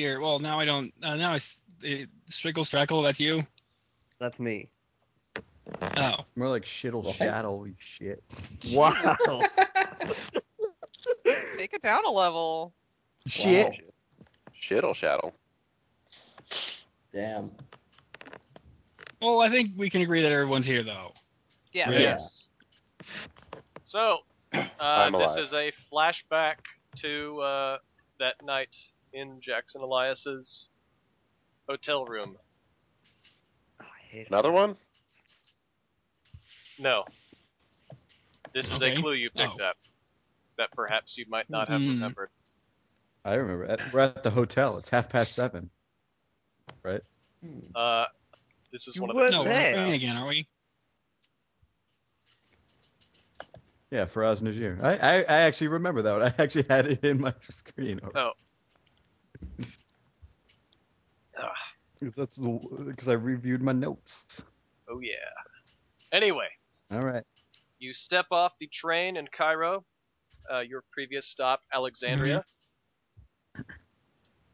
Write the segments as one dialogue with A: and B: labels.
A: here. Well, now I don't. Uh, now I s- it, Strickle Strackle. That's you.
B: That's me.
A: Oh,
C: More like shittle
D: What?
C: shadow you shit.
B: Wow.
E: Take it down a level.
C: Shit.
F: Shittle shadow.
D: Damn.
A: well, I think we can agree that everyone's here though.
E: Yes.
D: Yeah.
G: Yes. So, uh,
F: I'm
G: this
F: alive.
G: is a flashback to uh, that night in Jackson Elias's hotel room.
B: I hate it.
F: Another one?
G: No. This is
A: Okay.
G: a clue you picked up that perhaps you might not have
A: Hmm.
G: remembered.
C: I remember. that. We're at the hotel. It's half past seven.
G: Uh, this is
B: You
G: one of
B: would-
G: the.
A: No, we're
B: Hey.
A: not fighting again, are we?
C: Yeah, Faraz Najir. I, I, I actually remember that one. I actually had it in my screen.
G: Oh. Ah.
C: Because that's because I reviewed my notes.
G: Oh yeah. Anyway,
C: All right.
G: you step off the train in Cairo, uh, your previous stop, Alexandria.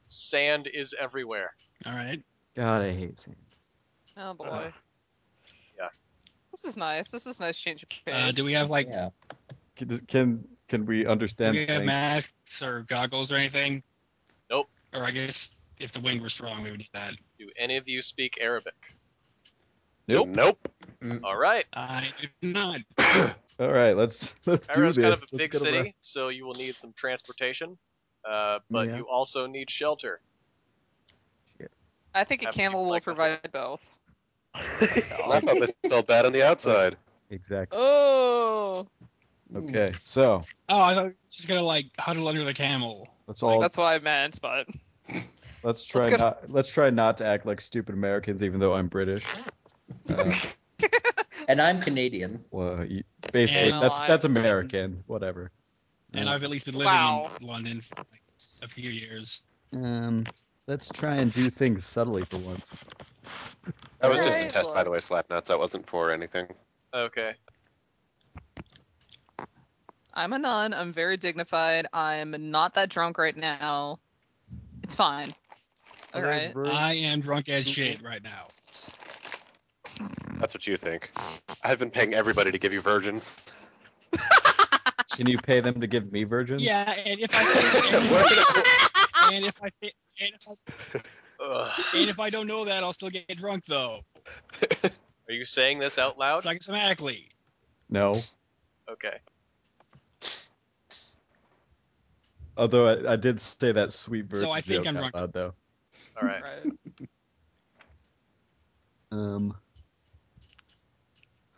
G: Sand is everywhere.
A: All right.
C: God, I hate sand.
A: Uh-huh.
E: Oh boy.
G: Uh, yeah.
E: This is nice. This is a nice change of pace.
A: Uh, do we have like
D: yeah.
C: Can can, can we
A: do
C: understand?
A: we have
C: things?
A: masks or goggles or anything?
G: Nope.
A: Or I guess if the wind were strong, we would need that.
G: Do any of you speak Arabic?
C: Nope.
F: Nope.
C: Mm.
G: All right.
A: I do not.
C: All right. Let's let's do
G: Cairo's
C: this.
G: kind of a
C: Let's
G: big
C: get around.
G: city, so you will need some transportation, uh, but
C: Yeah.
G: you also need shelter.
E: I think a
G: Have you
E: camel will
G: like-
E: provide both.
F: I thought they spelled bad on the outside.
C: Exactly.
E: Oh.
C: Okay. So
A: Oh, I thought she's gonna like huddle under the camel.
C: let's all
E: That's what I meant, but
C: let's try
E: let's go-
C: not let's try not to act like stupid Americans, even though I'm British. Uh,
D: And I'm Canadian.
C: well, you- basically,
A: And
C: that's
E: alive.
C: that's American. Whatever.
A: And
C: Uh,
A: I've at least been living
E: Wow.
A: in London for like a few years.
C: Um, let's try and do things subtly for once.
F: That was just a
E: Right,
F: test, by
E: Lord.
F: the way, Slapnuts. That wasn't for anything.
G: Okay.
E: I'm a nun. I'm very dignified. I'm not that drunk right now. It's fine. All right.
A: I am drunk as shit right now.
F: That's what you think. I've been paying everybody to give you virgins.
C: Can you pay them to give me virgin?
A: Yeah, and if
F: What?
A: I and if I and if I,
G: Ugh.
A: and if I don't know that, I'll still get drunk though,
G: Are you saying this out loud?
A: psychosomatically.
C: No.
G: Okay.
C: Although I, I did say that sweet virgin
A: So I think
C: joke
A: I'm
C: out
A: drunk.
C: loud, though.
G: All right.
C: Um.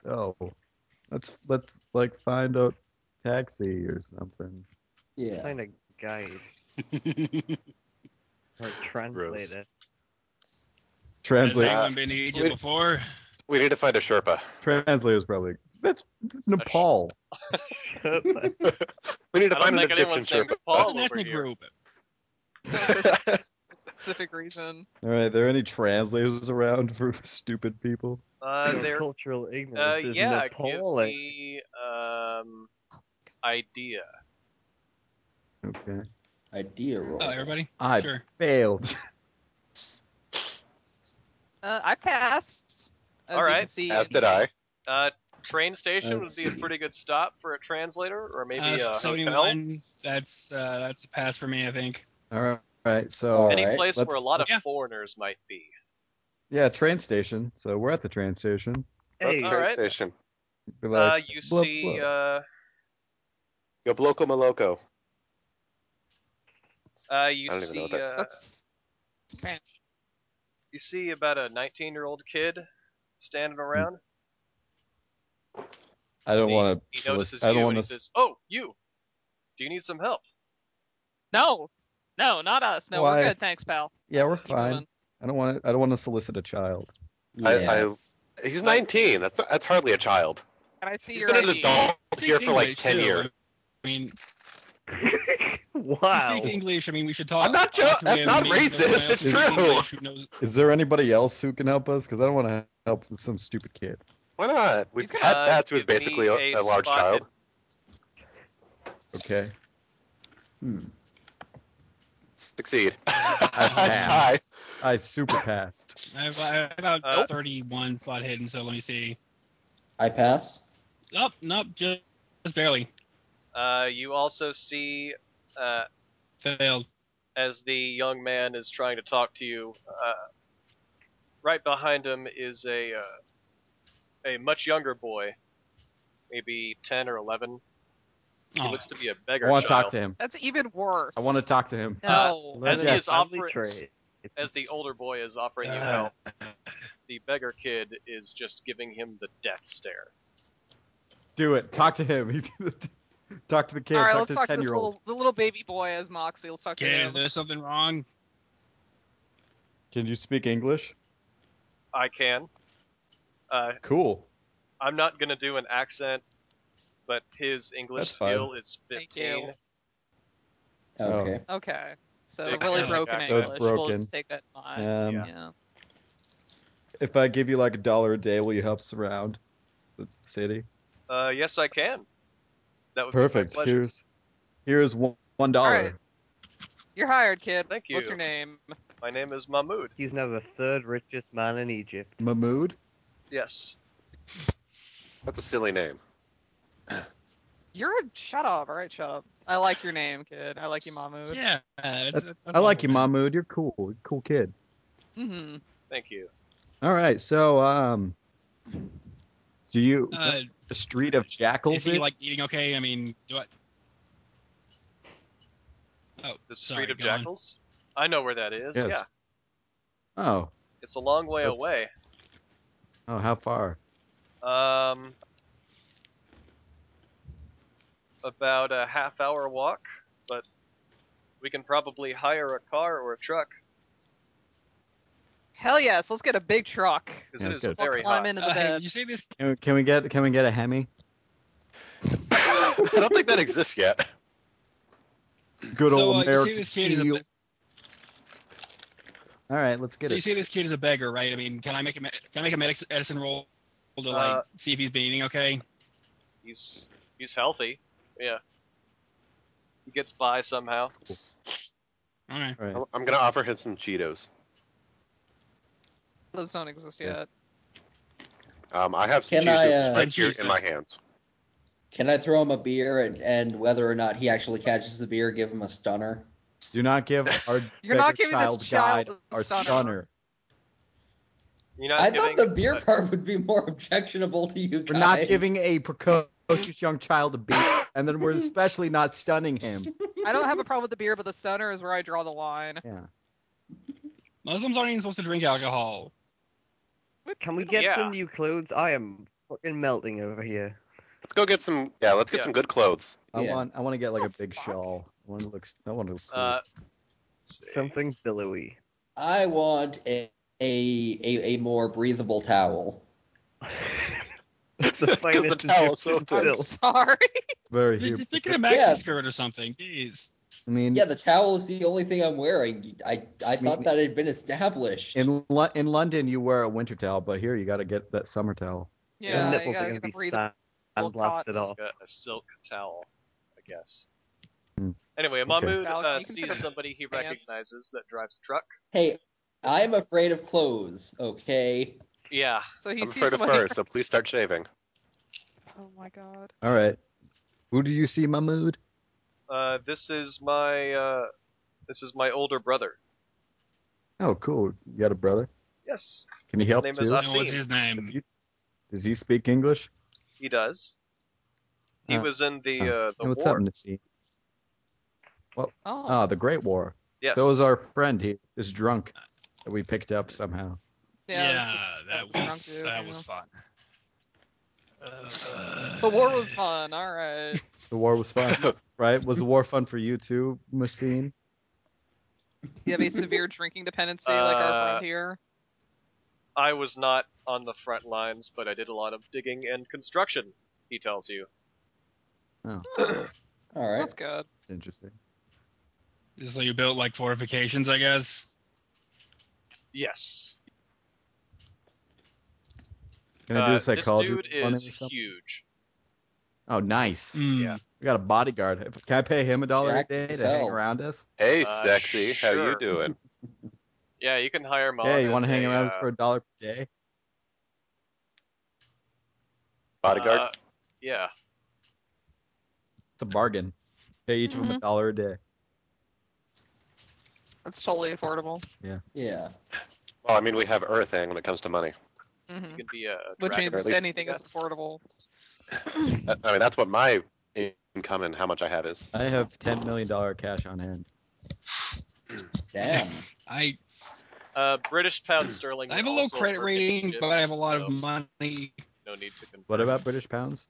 C: So, let's let's like find a taxi or something.
D: Yeah.
B: Find a guide or translate
F: Gross.
B: it.
A: Has
C: Translate
A: anyone been to Egypt
F: Wait.
A: before?
F: We need to find a Sherpa.
C: translate is probably that's Nepal.
B: Shut the-
G: Uh,
F: We need to
G: I
F: find
G: don't
F: an
G: think
F: Egyptian
G: anyone's named
F: Sherpa.
A: It's
G: Paul
A: an
G: over
A: ethnic
G: here.
A: group.
E: Specific reason.
C: All right, are there any translators around for stupid people?
G: Uh,
B: Your
G: there.
B: cultural
G: Uh,
B: ignorance is
G: yeah. Give
B: Nepal. and-
G: me um, idea.
C: Okay,
D: Idea roll.
A: Oh, everybody.
C: I
A: Sure.
C: failed.
E: Uh, I passed. As
G: All
E: you can
G: right.
E: see.
F: As did I.
G: Uh, train station would
C: Let's
G: be a
C: see.
G: pretty good stop for a translator, or maybe
A: Uh,
G: a hotel.
A: 71, That's uh, that's a pass for me, I think.
C: All right, all right.
D: All
C: So
G: Any
D: right,
G: place where a
C: let's-
G: lot of
A: yeah.
G: foreigners might be.
C: yeah, train station. So we're at the train station.
B: Hey,
G: All right.
F: Station.
C: Be like,
G: Uh, you
C: blah,
G: see,
C: blah.
G: uh,
F: Yo, Bloco Maloco.
G: uh, you
F: I don't even know
G: see,
F: what that-
G: uh,
E: That's Spanish.
G: you see about a 19-year-old kid standing around.
C: I don't
G: He-
C: want
G: He
C: to.
G: notices
C: I
G: you
C: don't
G: and he
C: want to.
G: says, "Oh, you. Do you need some help?"
E: No, no, not us. No,
C: Why?
E: we're good. Thanks, pal.
C: Yeah, we're
E: Keep
C: fine.
E: moving.
C: I don't want to. I don't want to solicit a child.
D: Yeah.
F: I- I- He's 19. That's that's hardly a child.
E: Can I see
F: He's
E: your
F: been an
E: ID?
F: adult here
A: Speak
F: for like
A: English,
F: 10
A: too.
F: years.
A: I mean,
B: wow.
A: speak English. I mean, we should talk.
F: I'm not jo-
A: talk to
F: that's
A: him.
F: not
A: Maybe someone
F: racist,
A: else
F: it's
A: who speaks
F: true.
A: English who knows-
C: Is there anybody else who can help us? Because I don't want to help some stupid kid.
F: Why not? We've
G: He's
F: had
G: got-
F: Bats, who's
G: give me
F: basically
G: a
F: a, a large
G: spotted-
F: child.
C: Okay.
D: Hmm.
F: Succeed.
C: passed.
F: Tie.
C: I super passed.
A: I have, I have about
G: Uh,
A: 31 spot hidden, so let me see.
D: I pass.
A: Oh, nope, just, just barely.
G: Uh, you also see uh,
A: Failed.
G: as the young man is trying to talk to you. Uh, right behind him is a uh, a much younger boy, maybe ten or eleven. He
A: Oh,
G: looks to be a
C: I
G: beggar.
C: want to
G: child.
C: talk to him.
E: That's even worse.
C: I want to talk to him.
E: No.
G: As he
C: Yeah.
G: is offering,
B: trade.
G: as the older boy is offering you
A: Uh.
G: help, the beggar kid is just giving him the death stare.
C: Do it. Talk to him. talk to the kid.
E: All right,
C: talk
E: let's
C: to the
E: talk to
C: ten
E: this
C: year old.
E: little, the little baby boy as Moxie. Let's talk to
A: kid, is
E: him.
A: there something wrong?
C: Can you speak English?
G: I can. Uh,
C: Cool.
G: I'm not gonna do an accent, but his English
C: That's fine.
G: skill is
E: Thank
G: 15.
E: you.
D: Okay.
E: Okay. So
G: Big
E: really
G: family
E: broken
G: background.
E: English.
C: So it's
E: We'll
C: broken.
E: just take that fine.
C: Um,
E: yeah.
C: If I give you like a dollar a day, will you help us around the city?
G: Uh, yes, I can. That would
C: Perfect.
G: Be my pleasure.
C: Here's here's one one dollar.
E: right. You're hired, kid.
G: Thank
E: What's
G: you.
E: your name?
G: My name is Mahmoud.
B: He's now the third richest man in Egypt.
C: Mahmood.
G: Yes.
F: That's a silly name.
E: You're a shut up. All right, shut up. I like your name, kid. I like you, Mahmood.
A: Yeah. it's-
C: That's-
A: it's
C: I like
A: awful,
C: you,
A: man.
C: Mahmood. You're cool. You're a cool kid.
E: Mm-hmm.
G: Thank you.
C: All right. So um, do you
A: Uh,
C: the street of jackals?
A: is he
C: it?
A: like eating okay? I mean, do I? Oh,
G: The
A: sorry,
G: Street of
A: go on.
G: Jackals. I know where that is.
C: Yes.
G: Yeah.
C: oh
G: It's a long way
C: That's-
G: away.
C: oh how far?
G: Um, about a half hour walk, but we can probably hire a car or a truck
E: Hell yes. Let's get a big truck.
G: because
C: Yeah,
G: it
C: it's
G: is
C: good.
E: We'll
G: very
E: climb
G: hot.
E: into the
A: Uh, hey,
E: bed.
A: you say this?
C: Can, can we get can we get a Hemi?
F: I don't think that exists yet.
C: Good
A: so,
C: old
A: uh, you say
C: American
A: this kid is a,
C: steel.
A: be-
C: All right, let's get
A: so you
C: it.
A: say this kid is a beggar, right? I mean, can I make a me- can I make a medic- medicine roll to like
G: Uh,
A: see if he's been eating okay?
G: He's he's healthy. Yeah. He gets by somehow.
A: All right.
C: All right.
F: I'm I'm gonna offer him some Cheetos.
E: Those don't exist
C: Yeah.
E: yet.
F: Um, I have some
D: Can
F: Cheetos
D: I, uh,
F: right here
A: Cheese
F: in
A: it.
F: my hands.
D: Can I throw him a beer and, and whether or not he actually catches the beer, give him a stunner?
C: Do not give our
E: You're not
C: beggar
E: giving this
C: child
E: child
C: guide
E: a
C: our
E: stunner.
C: stunner.
G: You're not
D: I thought
G: giving,
D: the beer
G: uh,
D: part would be more objectionable to you guys.
C: We're not giving a precocious young child a beat, and then we're especially not stunning him.
E: I don't have a problem with the beer, but the stunner is where I draw the line.
A: Muslims aren't even supposed to drink alcohol.
B: Can we get
G: Yeah.
B: some new clothes? I am fucking melting over here.
F: Let's go get some. Yeah, let's get
G: Yeah.
F: some good clothes.
C: I
D: Yeah.
C: want I want to get like a
E: The
C: big
E: fuck?
C: shawl. I want to look. I want to look cool.
G: uh, let's see.
B: Something billowy.
D: I want a a, a, a more breathable towel.
B: the finest
F: towel is so
B: Egyptian
F: thin.
E: I'm
B: silk.
E: sorry.
C: It's very
A: Just
C: huge.
A: just stick it in a maxi
D: Yeah.
A: skirt or something. Jeez.
C: I mean,
D: Yeah, the towel is the only thing I'm wearing. I I thought that had been established.
C: in Lo- in London you wear a winter towel, but here you got to get that summer towel.
E: Yeah,
B: Your
E: you
B: nipples
E: gotta
B: are gonna
E: get the
B: be
E: breathable
B: sand blasted off.
G: uh, a, a silk towel, I guess.
C: Hmm.
G: Anyway,
C: Okay.
G: Mahmoud
E: Val, can
G: uh,
E: you consider
G: sees somebody he
E: pants?
G: recognizes that drives a truck.
D: hey, I'm afraid of clothes. Okay.
G: Yeah,
E: So he
F: I'm
E: sees
F: afraid of
E: someone.
F: fur, so please start shaving.
E: Oh my god.
C: All right. Who do you see, Mahmood?
G: uh, this is my uh, this is my older brother.
C: Oh, cool. You got a brother?
G: Yes,
C: Can he help
G: name is
C: too?
G: I've
A: No, what's
G: seen.
A: his name?
C: Does he, does he speak English?
G: he does. He
C: Uh,
G: was in the
C: uh,
G: uh, the
C: Hey, what's
G: war.
C: up, Nassim?
E: Oh.
C: Ah, the Great War.
G: Yes,
C: So is our friend. He is drunk that we picked up somehow.
E: yeah.
A: that
E: that's that was
A: was
E: drunk dude,
A: that
E: you
A: was
E: know.
A: fun.
E: the- The war was fun. All right.
C: The war was fun, right? Was the war fun for you too, Machine?
E: You have a severe drinking dependency like our
G: Uh,
E: friend here.
G: I was not on the front lines, but I did a lot of digging and construction. He tells you.
D: All right.
E: That's good.
C: It's interesting.
A: So you built like fortifications, I guess.
G: Yes,
C: Can I do
G: Uh,
C: a psychology
G: this dude
C: on him or
G: is
C: something?
G: huge.
C: Oh, nice.
A: Mm.
G: Yeah.
C: We got a bodyguard. Can I pay him a dollar
D: Jack
C: a day
D: as
C: to hang
D: hell.
C: around us?
F: Hey,
G: Uh,
F: sexy, how
G: sure.
F: you doing?
G: Yeah, you can hire him on.
C: Yeah, you
G: want to
C: hang around
G: uh,
C: us for a dollar per day?
F: Bodyguard.
G: uh, yeah.
C: It's a bargain. Pay each of them a dollar a day.
E: That's totally affordable.
D: Yeah.
F: well, I mean, we have everything when it comes to money.
E: hmm
G: You can be a, a
E: Which
G: dragon,
E: means
F: or at least-
E: anything is
G: Yes.
E: affordable.
F: I I mean, that's what my income and how much I have is.
C: I have ten million dollar cash on hand.
D: Damn.
A: I
G: Uh, British pound sterling.
A: I have a
G: will
A: low
G: also
A: credit
G: work in
A: rating,
G: Egypt,
A: but I have a lot of
G: so
A: money.
G: No need to convert.
C: What about British pounds?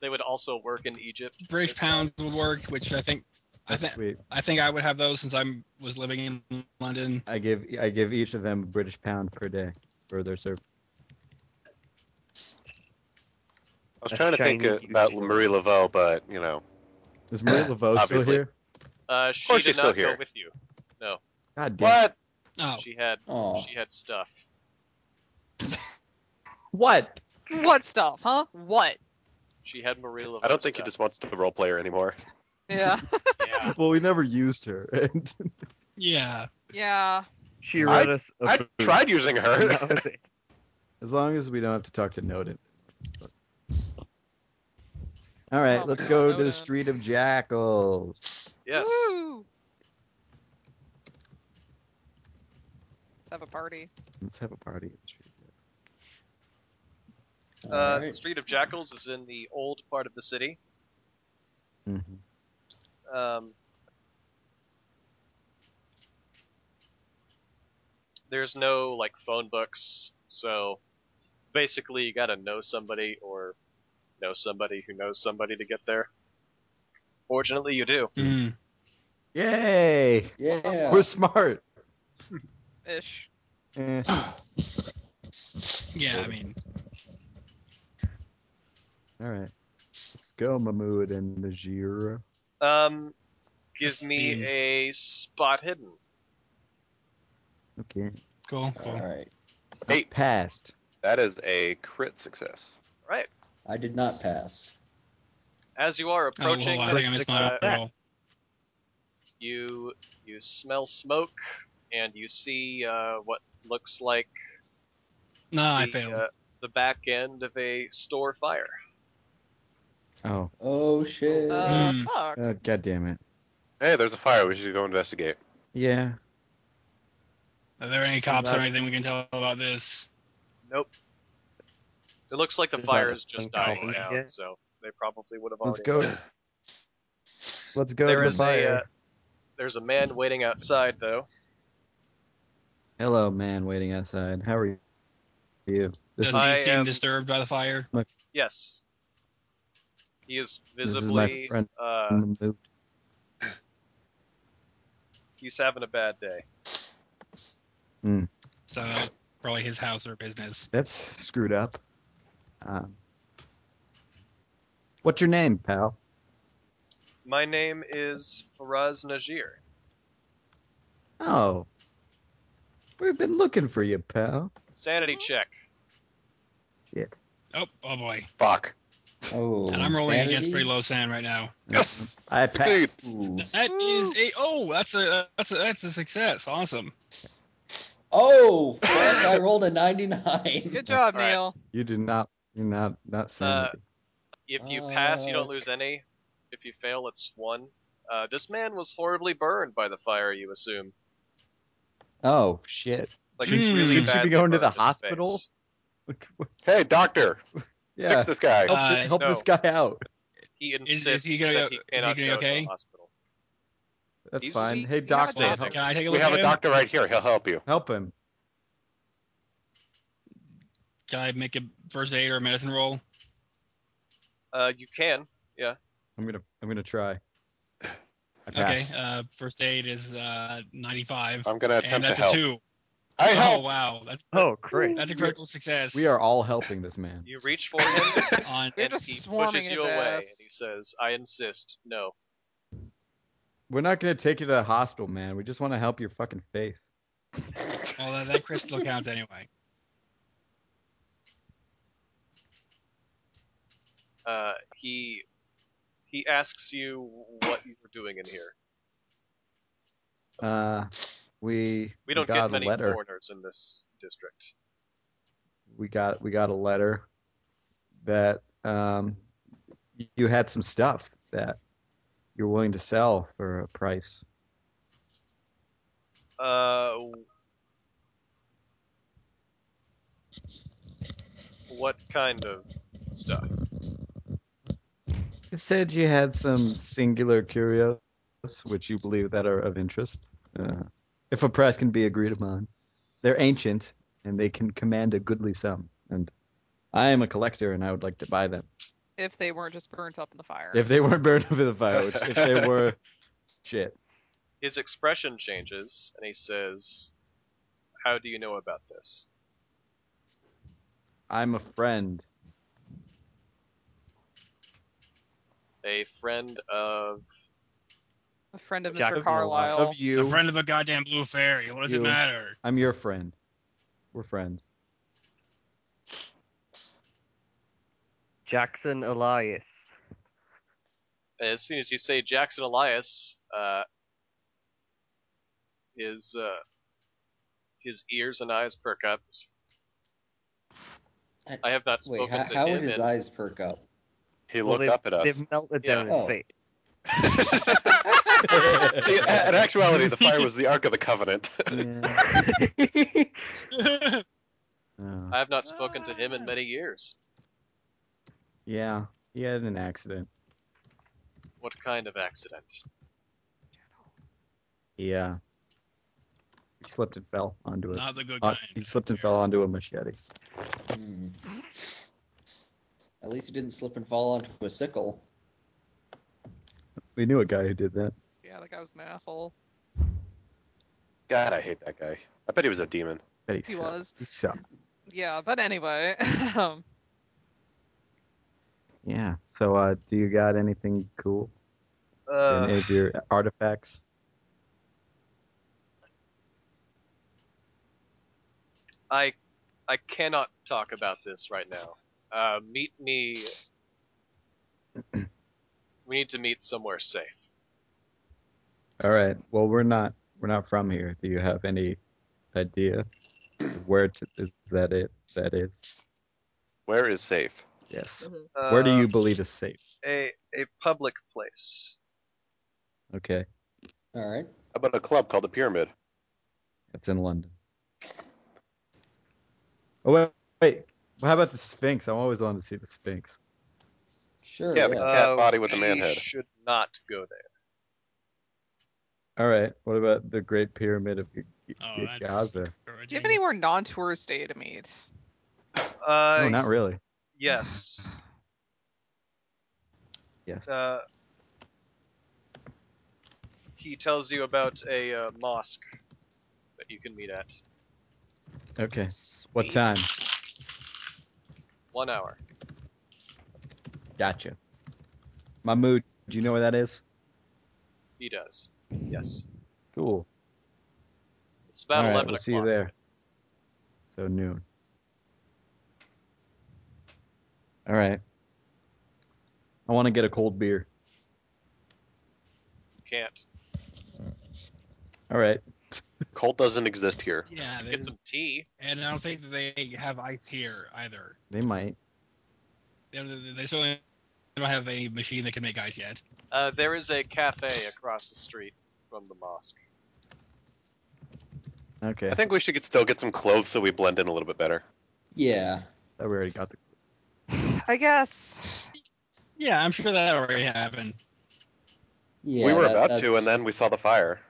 G: They would also work in Egypt.
A: British
G: this time.
A: pounds would work, which I think I
C: That's
A: think
C: sweet.
A: I think I would have those since I was living in London.
C: I give I give each of them a British pound per day for their service.
F: I was
B: A
F: trying to think
B: shiny
F: uh, about
B: unicorn.
F: Marie Laveau, but you know,
C: Is Marie Laveau still
F: Obviously.
C: here?
G: Uh, she
F: course
G: did
F: she's
G: not
F: still
G: go
F: here.
G: with you.
C: God damn.
F: what?
A: Oh,
G: She had
D: Oh.
G: she had stuff.
C: What?
E: What stuff, huh? What?
G: She had Marie Laveau.
F: I don't think he
G: stuff.
F: just wants to role player anymore.
E: Yeah.
G: Yeah.
C: Well, we never used her. And
A: yeah.
E: yeah.
B: She
F: I-
B: wrote us. a
F: I
B: book,
F: tried using
B: and
F: her.
B: that was it.
C: as long as we don't have to talk to Noted. All right,
E: Oh my
C: let's
E: God,
C: go to the
E: Noted.
C: Street of Jackals.
G: Yes.
E: Woo! Let's have a party.
C: Let's have a party. at the Street of Jackals.
G: Uh,
D: Alright.
G: The Street of Jackals is in the old part of the city.
C: Mm-hmm.
G: Um, there's no like phone books, so basically you gotta know somebody or know somebody who knows somebody to get there. Fortunately, you do.
A: Mm.
C: Yay!
D: Yeah.
C: We're smart.
E: Ish.
C: Eh.
A: Yeah, I mean,
C: All right. Let's go, Mahmood and Najira.
G: Um, give me
A: Steam.
G: a spot hidden.
C: Okay.
A: cool,
D: All
A: cool.
D: right.
F: Eight.
C: Passed.
F: That is a crit success.
G: Right.
D: I did not pass.
G: As you are
A: Oh, hold
G: approaching,
A: on, I think I missed my
G: uh,
A: roll.
G: you you smell smoke and you see uh, what looks like
A: No, I
G: the,
A: failed.
G: uh, the back end of a store fire.
C: Oh,
D: Oh shit.
E: Uh,
A: Hmm.
E: fuck.
C: uh, god damn it.
F: Hey, there's a fire. We should go investigate.
C: Yeah.
A: Are there any cops or
C: that-
A: anything we can tell about this?
G: Nope. It looks like the
B: Is
G: fire
B: that
G: is just
B: something
G: dying
B: we
G: down,
B: get?
G: so they probably would have already.
C: Let's go. Let's go
G: There
C: to the
G: is a
C: fire.
G: uh, there's a man waiting outside though.
C: Hello, man waiting outside. How are you? This
A: Does
C: is,
G: I
A: he seem
G: am-
A: disturbed by the fire?
G: Yes. He is
C: This is my
G: visibly
C: friend.
G: uh,
C: Mahmood.
G: he's having a bad day.
A: So that's probably his house or business.
C: That's screwed up. Um, what's your name, pal?
G: My name is Faraz Najir.
C: Oh. We've been looking for you, pal.
G: Sanity check.
C: Shit.
A: Oh, oh boy.
F: Fuck.
D: oh.
A: And I'm rolling
D: sanity?
A: against pretty low sand right now.
F: Yes.
C: I passed.
D: Ooh.
A: That is
E: Woo.
A: a oh, that's a that's a that's a success. Awesome.
D: Oh, fuck, I rolled a 99.
E: Good job,
G: All right.
E: Neil.
C: You do not. You're not. Not saying.
G: If you pass, you
A: Uh,
G: don't lose any. If you fail, it's one. Uh, this man was horribly burned by the fire. You assume.
C: oh shit.
G: Like
A: Should-
G: it's really
A: should
C: she
G: badly
C: be going to
G: burned
C: the
G: in his
C: hospital?
G: face.
C: Look, what-
F: Hey, doctor,
C: Yeah.
F: fix this guy.
A: Uh,
C: help thi- help
G: no.
C: this guy out.
G: He
A: is
G: insists
A: he gonna
G: that
A: be-
G: he
A: is he
G: cannot
A: gonna be
G: go to
A: okay?
G: the hospital.
C: That's
G: he's-
C: fine.
E: he-
C: Hey,
E: he's not
C: doctor,
E: dead.
C: help,
A: Can I take a
F: we
A: look
F: have
A: at
F: a
A: him?
F: doctor right here. He'll help you.
C: help him.
A: Can I make a first aid or a medicine roll?
G: Uh, you can.
C: I'm gonna. I'm gonna try. I
A: Okay.
C: passed.
A: Uh, first aid is uh 95,
F: I'm gonna
A: and
F: attempt to
A: that's a
F: help.
A: two.
F: I
A: oh
F: help.
A: wow, that's
B: Oh, great.
A: that's a critical success.
C: We are all helping this man.
G: You reach for him,
A: on.
E: You're
G: and
E: just
G: he
E: swarming
G: pushes you
E: his
G: away,
E: ass.
G: and he says, "I insist. No."
C: We're not gonna take you to the hospital, man. We just want to help your fucking face.
A: Well, that, that crystal counts anyway.
G: Uh, he He asks you what you were doing in here.
C: Uh, we
G: We don't
C: got
G: get many
C: a letter.
G: foreigners in this district.
C: We got we got a letter that um, you had some stuff that you're willing to sell for a price.
G: Uh, what kind of stuff?
C: It said you had some singular curios, which you believe that are of interest. Uh, if a price can be agreed upon, they're ancient and they can command a goodly sum. And I am a collector, and I would like to buy them
E: if they weren't just burnt up in the fire.
C: if they weren't burned over the fire. Which, if they were, shit.
G: His expression changes, and he says, "How do you know about this?"
C: I'm a friend.
G: A friend of
E: a friend of
B: Jack
E: Mr.
C: Of-
E: Carlisle.
C: Of
A: The
C: you,
A: friend of a goddamn blue fairy. What does
C: You.
A: it matter?
C: I'm your friend. We're friends.
B: Jackson Elias.
G: as soon as you say Jackson Elias, uh, his uh, his ears and eyes perk up.
D: I-
G: I have not
D: Wait,
G: spoken
D: how,
G: to
D: how
G: him.
D: would his
G: in-
D: eyes perk up?
F: He
B: Well,
F: looked
B: they've-
F: up at us.
B: They've melted down
D: Yeah.
B: his
D: Oh.
B: face.
F: See, in in actuality, the fire was the Ark of the Covenant.
C: Yeah. Oh.
G: I have not spoken to him in many years.
C: yeah. He had an accident.
G: What kind of accident?
C: Yeah. uh, He slipped and fell onto it.
A: Not the good
C: Uh,
A: kind.
C: he slipped and fell onto a machete.
D: Hmm. At least he didn't slip and fall onto a sickle.
C: We knew a guy who did that.
E: yeah, that guy was an asshole.
F: God, I hate that guy. I bet he was a demon.
C: But he,
E: He
C: sucked.
E: was.
C: He sucked.
E: Yeah, but anyway, um,
C: Yeah. So, uh, do you got anything cool? Any
G: Uh,
C: of your artifacts?
G: I I cannot talk about this right now. Uh, meet me. we need to meet somewhere safe.
C: All right. Well, we're not we're not from here. Do you have any idea where to, is that it? That is.
F: Where is safe?
C: Yes.
G: Uh,
C: Where do you believe is safe?
G: a a public place?
C: Okay.
D: All right.
F: How about a club called the Pyramid?
C: That's in London. Oh wait, wait. Well, how about the Sphinx? I'm always wanting to see the Sphinx.
D: Sure.
F: Yeah,
D: Yeah.
F: the cat body with the man
G: Uh, we
F: head.
G: Should not go there.
C: All right. What about the Great Pyramid of G- G-
A: Oh, that's-
C: Gaza?
E: do you have any more non-tourist data to meet?
G: Uh,
C: No, not really.
G: Yes.
C: Yes.
G: Uh, he tells you about a uh, mosque that you can meet at.
C: Okay.
E: Sweet.
C: What time?
G: One hour.
C: Gotcha. My mood. Do you know where that is?
G: He does. Yes.
C: Cool.
G: It's about
C: All right,
G: eleven
C: we'll
G: o'clock.
C: see you there. So noon. All right. I want to get a cold beer.
G: Can't
C: All right.
F: Colt doesn't exist here.
A: Yeah, they,
G: get some tea.
A: and I don't think that they have ice here either.
C: They might.
A: They, don't- they certainly don't have any machine that can make ice yet.
G: Uh, there is a cafe across the street from the mosque.
C: Okay.
F: I think we should get, still get some clothes so we blend in a little bit better.
C: Thought we already got the.
E: I guess.
A: Yeah, I'm sure that already happened.
D: Yeah,
F: we were
D: that-
F: about to,
D: that's-
F: and then we saw the fire.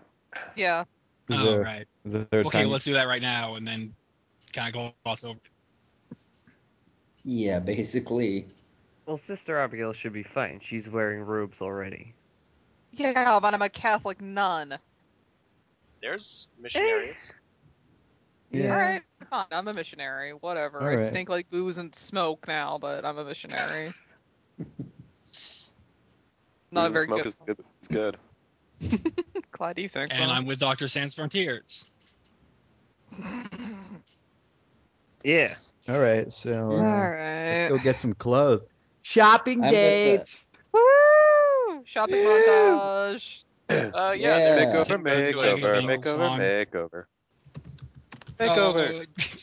E: Yeah.
C: Is
A: oh,
C: there,
A: right.
C: is there a
A: Okay,
C: time-
A: let's do that right now and then kind of gloss over.
D: Yeah, basically.
B: Well, Sister Abigail should be fine. She's wearing robes already.
E: Yeah, but I'm a Catholic nun.
G: There's missionaries.
C: Yeah.
E: All right, fine. I'm a missionary. Whatever.
C: All
E: I
C: right.
E: stink like booze and smoke now, but I'm a missionary. Not
F: Losing
E: a very
F: smoke
E: good.
F: is good. It's good.
E: Clyde, do you think
A: And
E: so?
A: I'm with Doctor Sans Frontiers.
B: Yeah.
C: All right. So uh,
E: All
C: let's
E: right.
C: uh, go get some clothes. Shopping
D: I'm with
C: date.
E: Woo! Shopping
F: Yeah.
E: montage.
G: Uh, yeah,
D: Yeah.
G: they're
A: Take
G: going
A: a
G: to
A: Makeover, them
F: Makeover,
A: to a
F: makeover,
A: little song.
F: makeover, makeover.
G: Oh,
F: Makeover.
A: Takeover.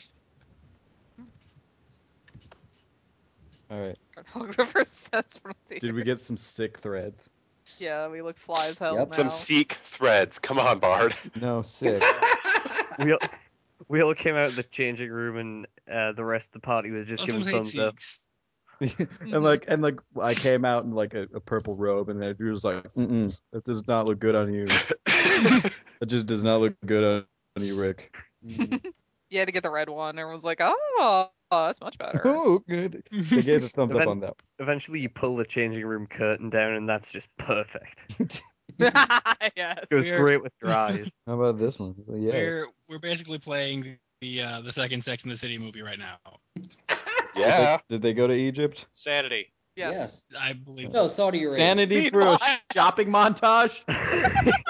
C: All right.
E: Hungover says from the
C: Did we get some sick threads?
E: Yeah, we look fly as hell
D: Yep.
E: now.
F: Some Sikh threads. Come on, Bard.
C: No, sick.
B: We all, we all came out of the changing room, and uh, the rest of the party was just giving thumbs up.
C: and like, and like, I came out in like a, a purple robe, and then was like, Mm-mm, "That does not look good on you. That just does not look good on, on you, Rick."
E: you had to get the red one. Everyone's like, oh, that's much better.
C: Oh, good. They gave a thumbs up
B: Then-
C: on that.
B: Eventually, you pull the changing room curtain down, and that's just perfect.
E: yes.
B: Goes
A: Weird.
B: great with your eyes.
C: How about this one? Well, Yeah.
A: We're we're basically playing the uh, the second Sex in the City movie right now.
C: Did they-
F: yeah.
C: Did they go to Egypt?
G: Sanity.
E: Yes.
A: I believe.
D: No, Saudi Arabia.
C: Sanity for a
E: Meanwhile-
C: shopping montage.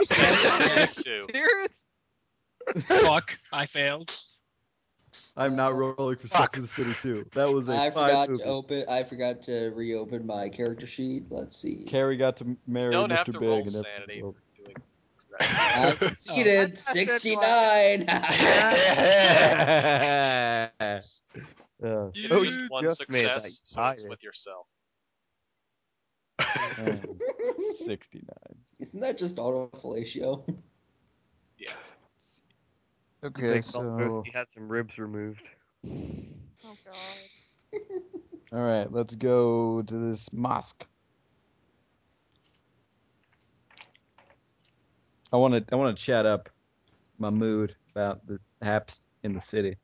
G: Sanity too.
E: Serious?
A: Fuck! I failed.
C: I'm not rolling for Sex in the City 2. That was a
D: I
C: fine
D: forgot
C: movie.
D: to open. I forgot to reopen my character sheet. Let's see.
C: Carrie got to marry
G: Don't
C: Mr.
G: have to
C: Big,
G: roll
C: and
G: sanity.
C: everything.
G: for doing
D: I
G: that.
D: succeeded.
E: Oh.
D: Sixty nine.
A: You
C: Yeah.
G: It's
A: Oh,
G: just one
B: just made that
G: success, so it's
B: tired.
G: with yourself.
C: um, 69.
D: Isn't that just auto fellatio?
G: Yeah.
C: Okay,
B: Big Bang
C: so
B: Theory had some ribs removed.
E: Oh, God.
C: all right, let's go to this mosque. I want to I want to chat up my mood about the apps in the city.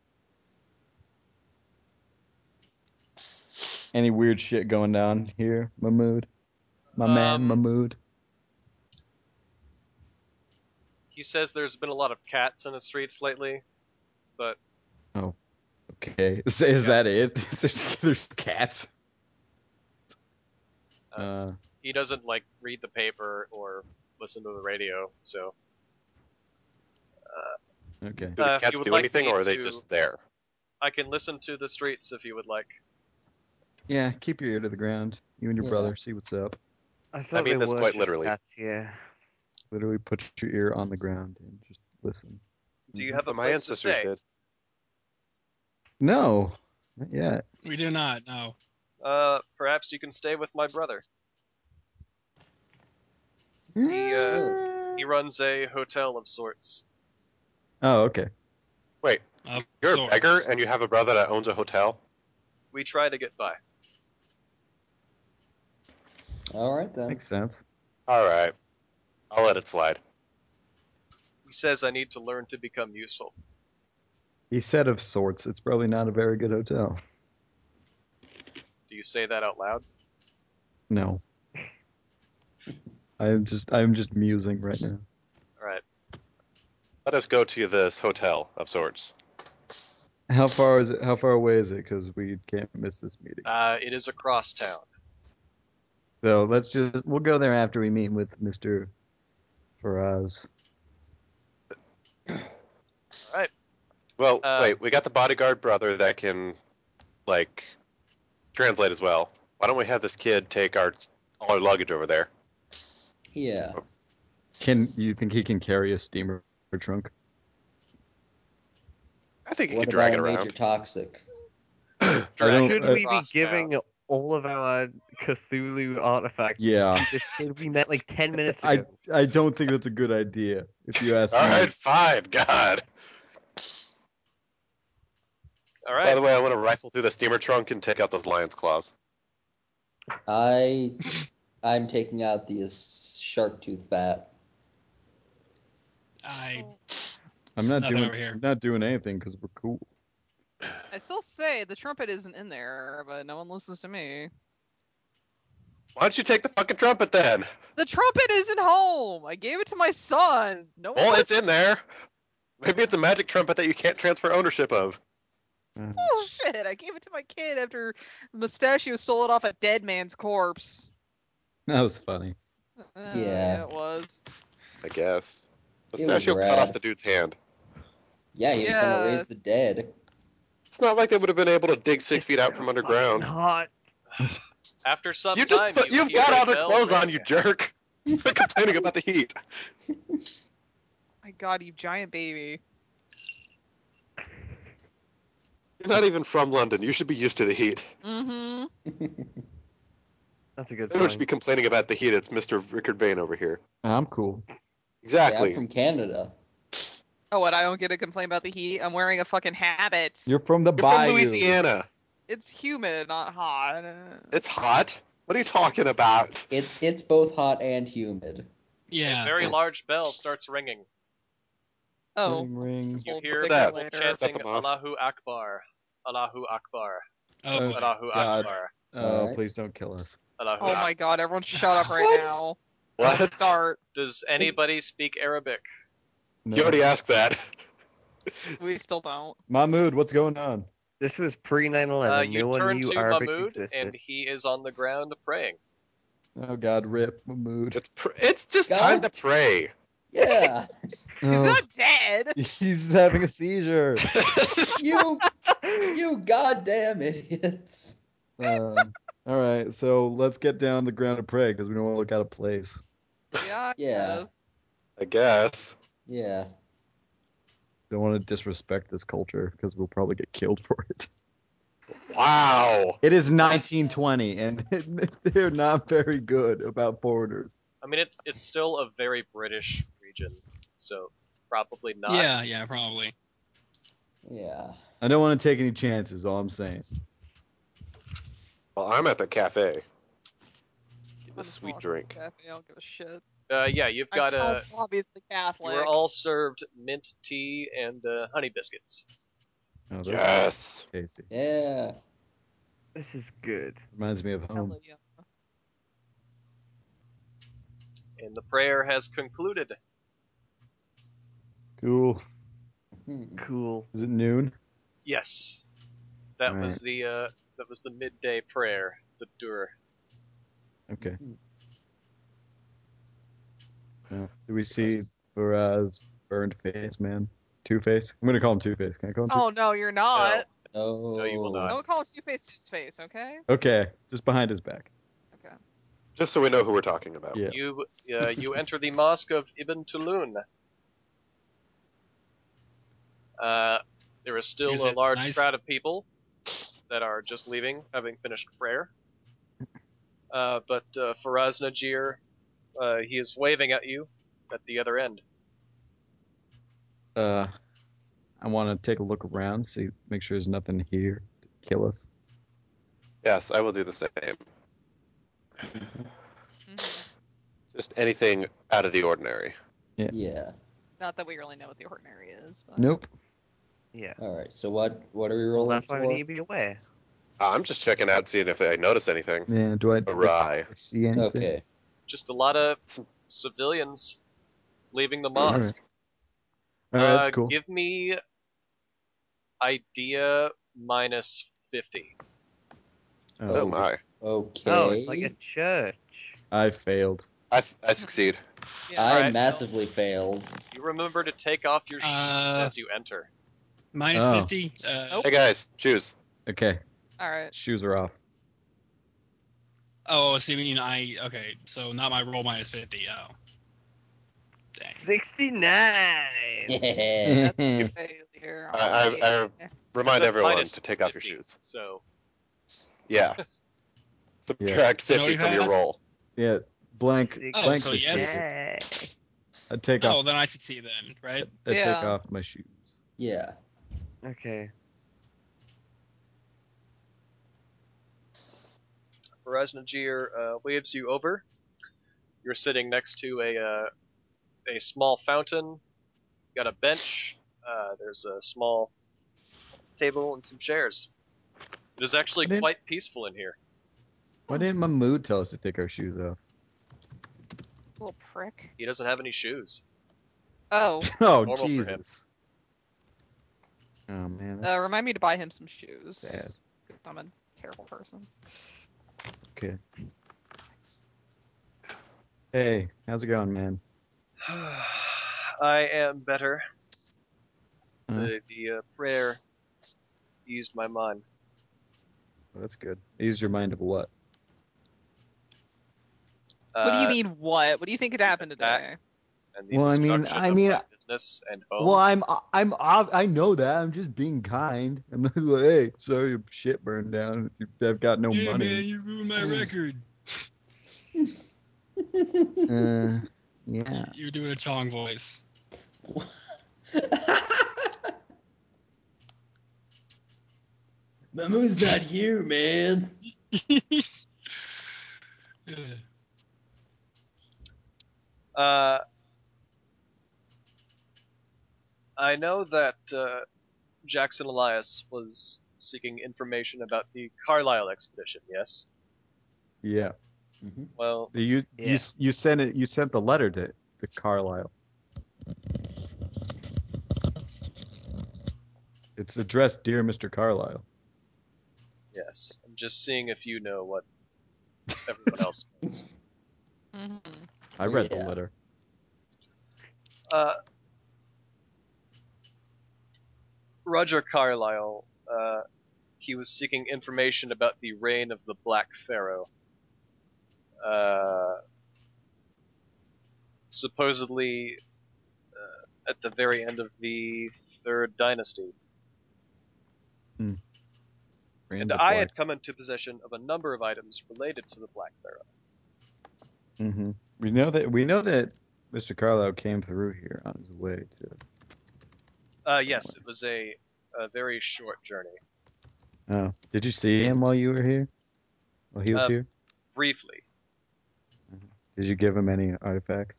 C: Any weird shit going down here, my mood? My man,
G: Um,
C: my mood.
G: He says there's been a lot of cats in the streets lately, but
C: Okay, is, is
G: yeah.
C: that it? there's, there's cats.
G: Uh,
C: Uh,
G: he doesn't like read the paper or listen to the radio. So
C: okay.
F: Do the
G: Uh, if
F: cats
G: you would
F: do
G: like
F: anything,
G: me
F: or are they
G: to-
F: just there?
G: I can listen to the streets if you would like.
C: Yeah, keep your ear to the ground. You and your
D: Yeah.
C: brother, see what's up.
B: I, thought
F: mean
B: they
F: this
B: were
F: quite
B: just
F: literally.
B: Cats, yeah.
C: Literally put your ear on the ground and just listen.
G: Do you have a
F: Mm-hmm. But my
G: place to
F: ancestors
G: stay?
F: did.
C: No, not yet.
A: We do not. No.
G: Uh, perhaps you can stay with my brother. He uh, he runs a hotel of sorts.
C: Oh, okay.
F: Wait,
A: Of
F: you're a
A: sorts.
F: beggar and you have a brother that owns a hotel.
G: We try to get by.
D: All right then.
C: Makes sense.
F: All right, I'll let it slide.
G: He says I need to learn to become useful.
C: He said of sorts. It's probably not a very good hotel.
G: Do you say that out loud?
C: No. I'm just I'm just musing right now.
G: All right.
F: Let us go to this hotel of sorts.
C: How far is it? How far away is it? Because we can't miss this meeting.
G: Uh, it is across town.
C: So let's just we'll go there after we meet with Mister Faraz.
F: Well,
G: Uh,
F: wait, we got the bodyguard brother that can, like, translate as well. Why don't we have this kid take our all our luggage over there?
D: Yeah.
C: Can you think he can carry a steamer trunk?
F: I think you
D: What
F: can drag it
D: about
F: around.
D: major toxic?
C: don't-
B: Should
C: I-
B: we be
G: Across town.
B: giving all of our Cthulhu artifacts
C: Yeah.
B: to this kid we met like ten minutes
C: I
B: ago?
C: I don't think that's a good idea. If you ask
F: All
C: me.
F: right, fine. God.
G: All
F: By
G: right.
F: the way, I want to rifle through the steamer trunk and take out those lion's claws.
D: I I'm taking out the s- shark tooth bat.
A: I
C: I'm not
A: Nothing
C: doing.
A: over here.
C: I'm not doing anything because we're cool.
E: I still say the trumpet isn't in there, but no one listens to me.
F: Why don't you take the fucking trumpet then?
E: The trumpet isn't home. I gave it to my son. No one.
F: Well, Oh, it's
E: listens-
F: in there. Maybe it's a magic trumpet that you can't transfer ownership of.
E: Bullshit! I gave it to my kid after Mustachio stole it off a dead man's corpse.
C: That was funny.
E: Uh,
D: Yeah.
E: it was.
F: I guess.
D: It was
F: Mustachio cut
D: rad.
F: off the dude's hand.
D: Yeah, he was gonna
E: Yeah.
D: raise the dead.
F: It's not like they would have been able to dig six feet out from underground.
B: Hot.
G: After some
F: You
G: time,
F: just put,
G: you
F: you've
G: hear
F: got
G: a
F: all their
G: bell
F: clothes on,
G: ring.
F: you jerk. Quit complaining about the heat.
E: My God, you giant baby.
F: You're not even from London. You should be used to the heat.
E: Mm-hmm.
B: That's a good
F: Everyone
B: point.
F: should be complaining about the heat. It's Mr. Rickard Vane over here.
C: I'm cool.
D: Yeah, I'm
F: Exactly.
D: from Canada.
E: Oh, what? I don't get to complain about the heat. I'm wearing a fucking habit.
C: You're from the
F: You're
C: bayou.
F: from Louisiana.
E: It's humid, not hot.
F: It's hot. What are you talking about?
D: It it's both hot and humid.
G: A
A: Yeah.
G: very large bell starts ringing.
E: Oh,
C: Ring, ring.
E: We'll
G: You hear
E: pick
F: that.
E: up
G: people
E: later.
F: Is that
G: chanting
F: the boss?
G: Allahu Akbar, Allahu Akbar,
A: Oh,
C: Okay.
G: Allahu
C: God.
G: Akbar,
C: Oh,
D: Alright.
C: please don't kill us.
G: Allahu
E: oh my
G: Akbar.
E: God! Everyone, shut up right
D: What?
E: now.
F: What?
E: Start.
G: Does anybody speak Arabic?
C: No.
F: You already asked that.
E: We still don't.
C: Mahmood, what's going on?
B: This was pre 9
G: Uh,
B: 11. No
G: you
B: one
G: turn
B: knew
G: to
B: Arabic
G: Mahmud, and
B: existed.
G: he is on the ground praying.
C: Oh God, rip Mahmood.
F: It's pr- it's just
D: God.
F: time to pray.
D: Yeah,
E: He's
C: Oh,
E: not dead.
C: he's having a seizure.
D: you you goddamn idiots.
C: Um, all right, so let's get down the ground and pray because we don't want to look out of place.
E: Yeah.
D: Yeah.
E: Yes.
F: I guess.
D: Yeah,
C: Don't want to disrespect this culture because we'll probably get killed for it.
F: Wow.
C: It is 1920, and they're not very good about foreigners.
G: I mean, it's it's still a very British region, so probably not.
A: yeah, yeah, probably.
D: yeah.
C: I don't want to take any chances. All I'm saying.
F: Well, I'm at the cafe. Get
E: I'm
F: a
E: just
F: sweet
E: walking
F: drink.
E: to the cafe, I don't give a shit.
G: Uh, yeah, you've got
E: I'm
G: a.
E: obviously
G: You
E: Catholic.
G: were all served mint tea and uh, honey biscuits.
C: Oh, those are
F: Yes.
C: tasty.
D: Yeah.
B: This is good.
C: Reminds me of home.
E: Hell yeah.
G: And the prayer has concluded.
C: Cool.
D: Hmm.
B: Cool.
C: Is it noon?
G: Yes, that
C: All
G: was the uh, that was the midday prayer, the dur.
C: Okay. Yeah. Uh, Do we see Faraz burned face man? Two face. I'm gonna call him Two Face. Can I call him? Two-
E: Oh no, you're not.
D: No.
G: No, you will not.
E: Don't call Two Face Two Face, okay?
C: Okay, just behind his back.
E: Okay.
F: Just so we know who we're talking about.
C: Yeah.
G: You uh, you enter the mosque of Ibn Tulun. Uh, there is still
A: Is
G: a
A: it
G: large
A: nice?
G: crowd of people that are just leaving, having finished prayer. Uh, but uh, Faraz Najir, uh, he is waving at you at the other end.
C: Uh, I want to take a look around, see, make sure there's nothing here to kill us.
F: Yes, I will do the same.
E: Mhm.
F: Just anything out of the ordinary.
D: oh, Yeah.
E: Not that we really know what the ordinary is. But...
C: Nope.
B: Yeah.
D: All right. So what what are we
B: Well,
D: rolling
B: that's why
D: for?
B: we need to be aware.
F: Uh, I'm just checking out, seeing if I notice anything.
C: Yeah. Do I, do I
F: Awry.
C: s- see anything?
D: Okay.
G: Just a lot of civilians leaving the mosque.
C: All right, that's
G: Uh,
C: cool.
G: Give me idea minus 50.
F: Oh my!
D: Okay.
B: Oh, it's like a church.
C: I failed.
F: I, I succeed.
E: Yeah.
D: I
G: Alright.
D: massively failed.
G: You remember to take off your shoes
A: Uh,
G: as you enter.
A: Minus
C: Oh.
A: 50. Uh,
E: Nope.
F: Hey guys, choose.
C: Okay,
E: All right.
C: shoes are off.
A: Oh, so you mean I. Okay, so not my roll minus 50. Oh. Dang.
B: 69!
D: Yeah.
E: That's a failure.
F: I- I- Remind
G: But
F: everyone
G: minus
F: to take off your
G: 50,
F: shoes.
G: So
F: Yeah. Subtract
A: You know
F: fifty
A: you
F: from your
A: have?
F: roll.
C: Yeah, blank.
A: Oh,
C: blank
A: so
C: is
A: yes.
C: shoes.
B: Yay.
C: I take
A: Oh,
C: off.
A: then I succeed then, right?
C: I take
E: Yeah.
C: off my shoes.
D: yeah.
B: Okay.
G: Rajnajir uh, waves you over. You're sitting next to a uh, a small fountain. Got a bench. Uh, there's a small table and some chairs. It is actually
C: I didn't-
G: quite peaceful in here.
C: Why didn't Mahmood tell us to take our shoes off?
E: Little prick.
G: He doesn't have any shoes.
E: Oh,
C: Oh
G: Normal for him.
C: Jesus! Oh man.
E: uh,
C: that's
E: remind me to buy him some shoes.
C: sad.
E: I'm a terrible person.
C: Okay. Hey, how's it going, man?
G: I am better.
E: Hmm.
C: Uh-huh.
G: The, the uh, prayer eased my mind.
C: Well, that's good. Ease your mind of what?
E: What do you
G: uh,
E: mean? What? What do you think could happen
G: Back.
E: today?
G: And the
C: Well, I mean-
G: destruction
C: I
G: of
C: mean,
G: my
C: I-
G: business and home.
C: Well, I'm I'm ob- I know that. I'm just being kind. I'm like, hey, sorry your shit burned down. I've got no
A: yeah, man,
C: money.
A: you ruined my record.
C: Uh, yeah.
A: You're doing a Chong voice.
D: Mamu's not here, man.
A: Yeah.
G: Uh, I know that uh, Jackson Elias was seeking information about the Carlisle expedition. Yes.
C: Yeah.
G: Well,
C: You you s- you sent it. You sent the letter to to Carlisle. It's addressed, dear Mr. Carlisle.
G: yes. I'm just seeing if you know what everyone else knows.
E: Mhm.
C: I read
D: Yeah.
C: the letter.
G: Uh, Roger Carlyle, uh, he was seeking information about the reign of the Black Pharaoh. Uh, supposedly uh, at the very end of the Third Dynasty. And I had come into possession of a number of items related to the Black Pharaoh.
C: hmm We know that we know that Mr. Carlisle came through here on his way to.
G: Uh, yes, it was a, a very short journey.
C: Oh, did you see him while you were here? While he was
G: Uh,
C: here,
G: Briefly.
C: did you give him any artifacts?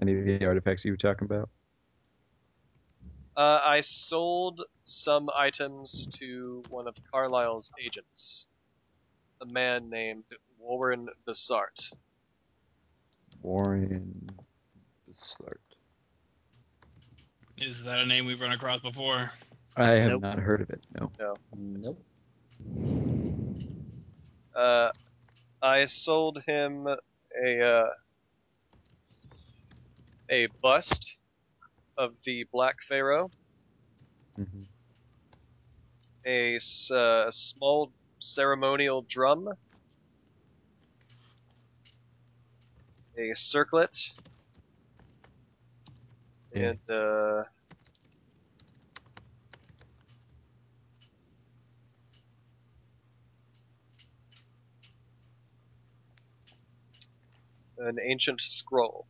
C: Any of the artifacts you were talking about?
G: Uh, I sold some items to one of Carlyle's agents, a man named Warren Bessart.
C: Warren Slart.
A: Is that a name we've run across before?
C: I have
B: Nope.
C: not heard of it. No.
D: Mm-hmm. Nope.
G: Uh, I sold him a uh, a bust of the Black Pharaoh,
C: hmm
G: a s- uh, small ceremonial drum, a circlet,
C: Yeah.
G: and uh, an ancient scroll.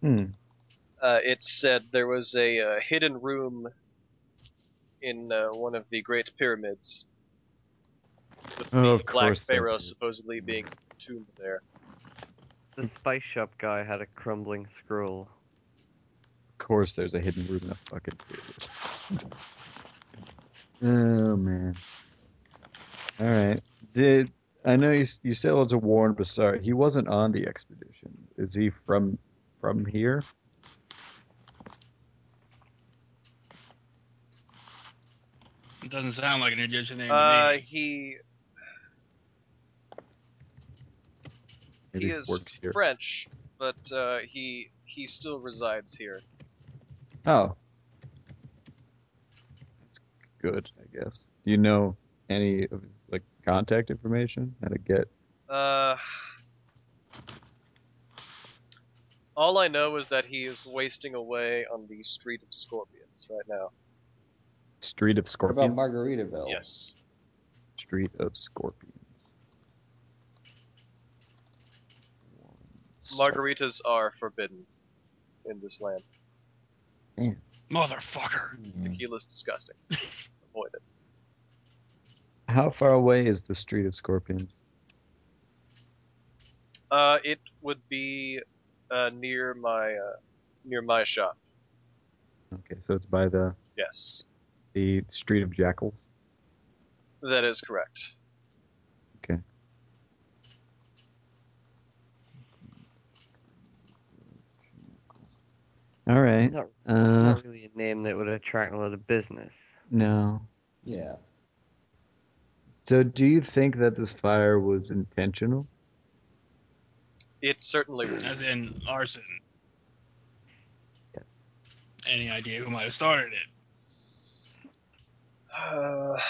C: Hmm.
G: Uh, it said there was a uh, hidden room in uh, one of the great pyramids. With
C: Oh,
G: the
C: of
G: Black
C: course they
G: Pharaoh
C: did.
G: supposedly being entombed there.
B: The spice shop guy had a crumbling scroll.
C: Of course, there's a hidden room in a fucking. pyramid. oh man. All right. Did I know you? s- You said it was a Warren Bassard. He wasn't on the expedition. Is he from from here?
A: It doesn't sound like an Egyptian name
G: Uh,
A: to me.
G: he
C: Maybe
G: he is
C: works here.
G: French, but uh, he he still resides here.
C: Oh. That's good, I guess. Do you know any of his like contact information? How to get
G: Uh, all I know is that he is wasting away on the Street of Scorpions right now.
C: Street of
D: What about
C: Scorpions?
D: Margaritaville?
G: Yes.
C: Street of Scorpions.
G: Margaritas are forbidden in this land.
A: Motherfucker.
D: Mm-hmm.
G: Tequila's disgusting. Avoid it.
C: How far away is the Street of Scorpions?
G: Uh, it would be uh, near my uh, near my shop.
C: Okay, so it's by the
G: Yes,
C: the Street of Jackals.
G: that is correct.
C: All right.
B: Not,
C: Uh,
B: not really a name that would attract a lot of business.
C: no.
D: Yeah.
C: So, do you think that this fire was intentional?
G: It certainly was.
A: As in arson.
C: Yes.
A: Any idea who might have started it?
G: Uh,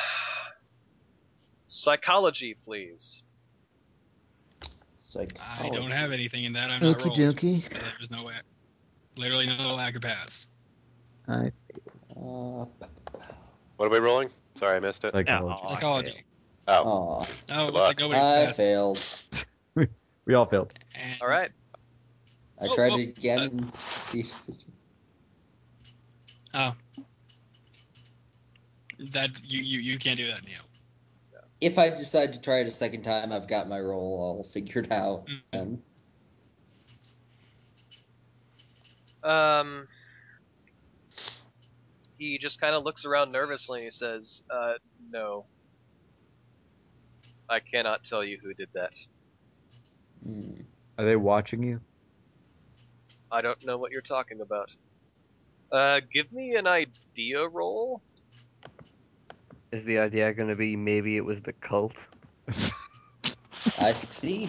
G: psychology, please.
D: Psych.
C: Oh,
A: I don't have anything in that. I'm not
C: Okie
A: rolling.
C: dokie.
A: There's no way. Literally no acrobats.
C: I
G: Oh.
D: Uh,
F: What am I rolling? Sorry, I missed it.
C: psychology.
B: Aw.
A: Psychology.
B: uh,
F: Oh,
D: aw,
A: Oh,
F: Good
A: it's
F: luck.
A: like nobody
D: I
A: passes.
D: failed.
C: We all failed.
A: And
G: All right.
D: I
A: Oh,
D: tried
A: oh,
B: uh,
D: it again and succeeded.
A: That you, you you can't do that, Neil.
D: If I decide to try it a second time, I've got my roll all figured out.
A: Mhm.
B: Mm.
D: And
G: Um, he just kind of looks around nervously and he says, uh, no. I cannot tell you who did that.
D: mm,
C: Are they watching you?
G: I don't know what you're talking about. Uh, give me an idea roll.
B: Is the idea going to be maybe it was the cult?
D: I succeed.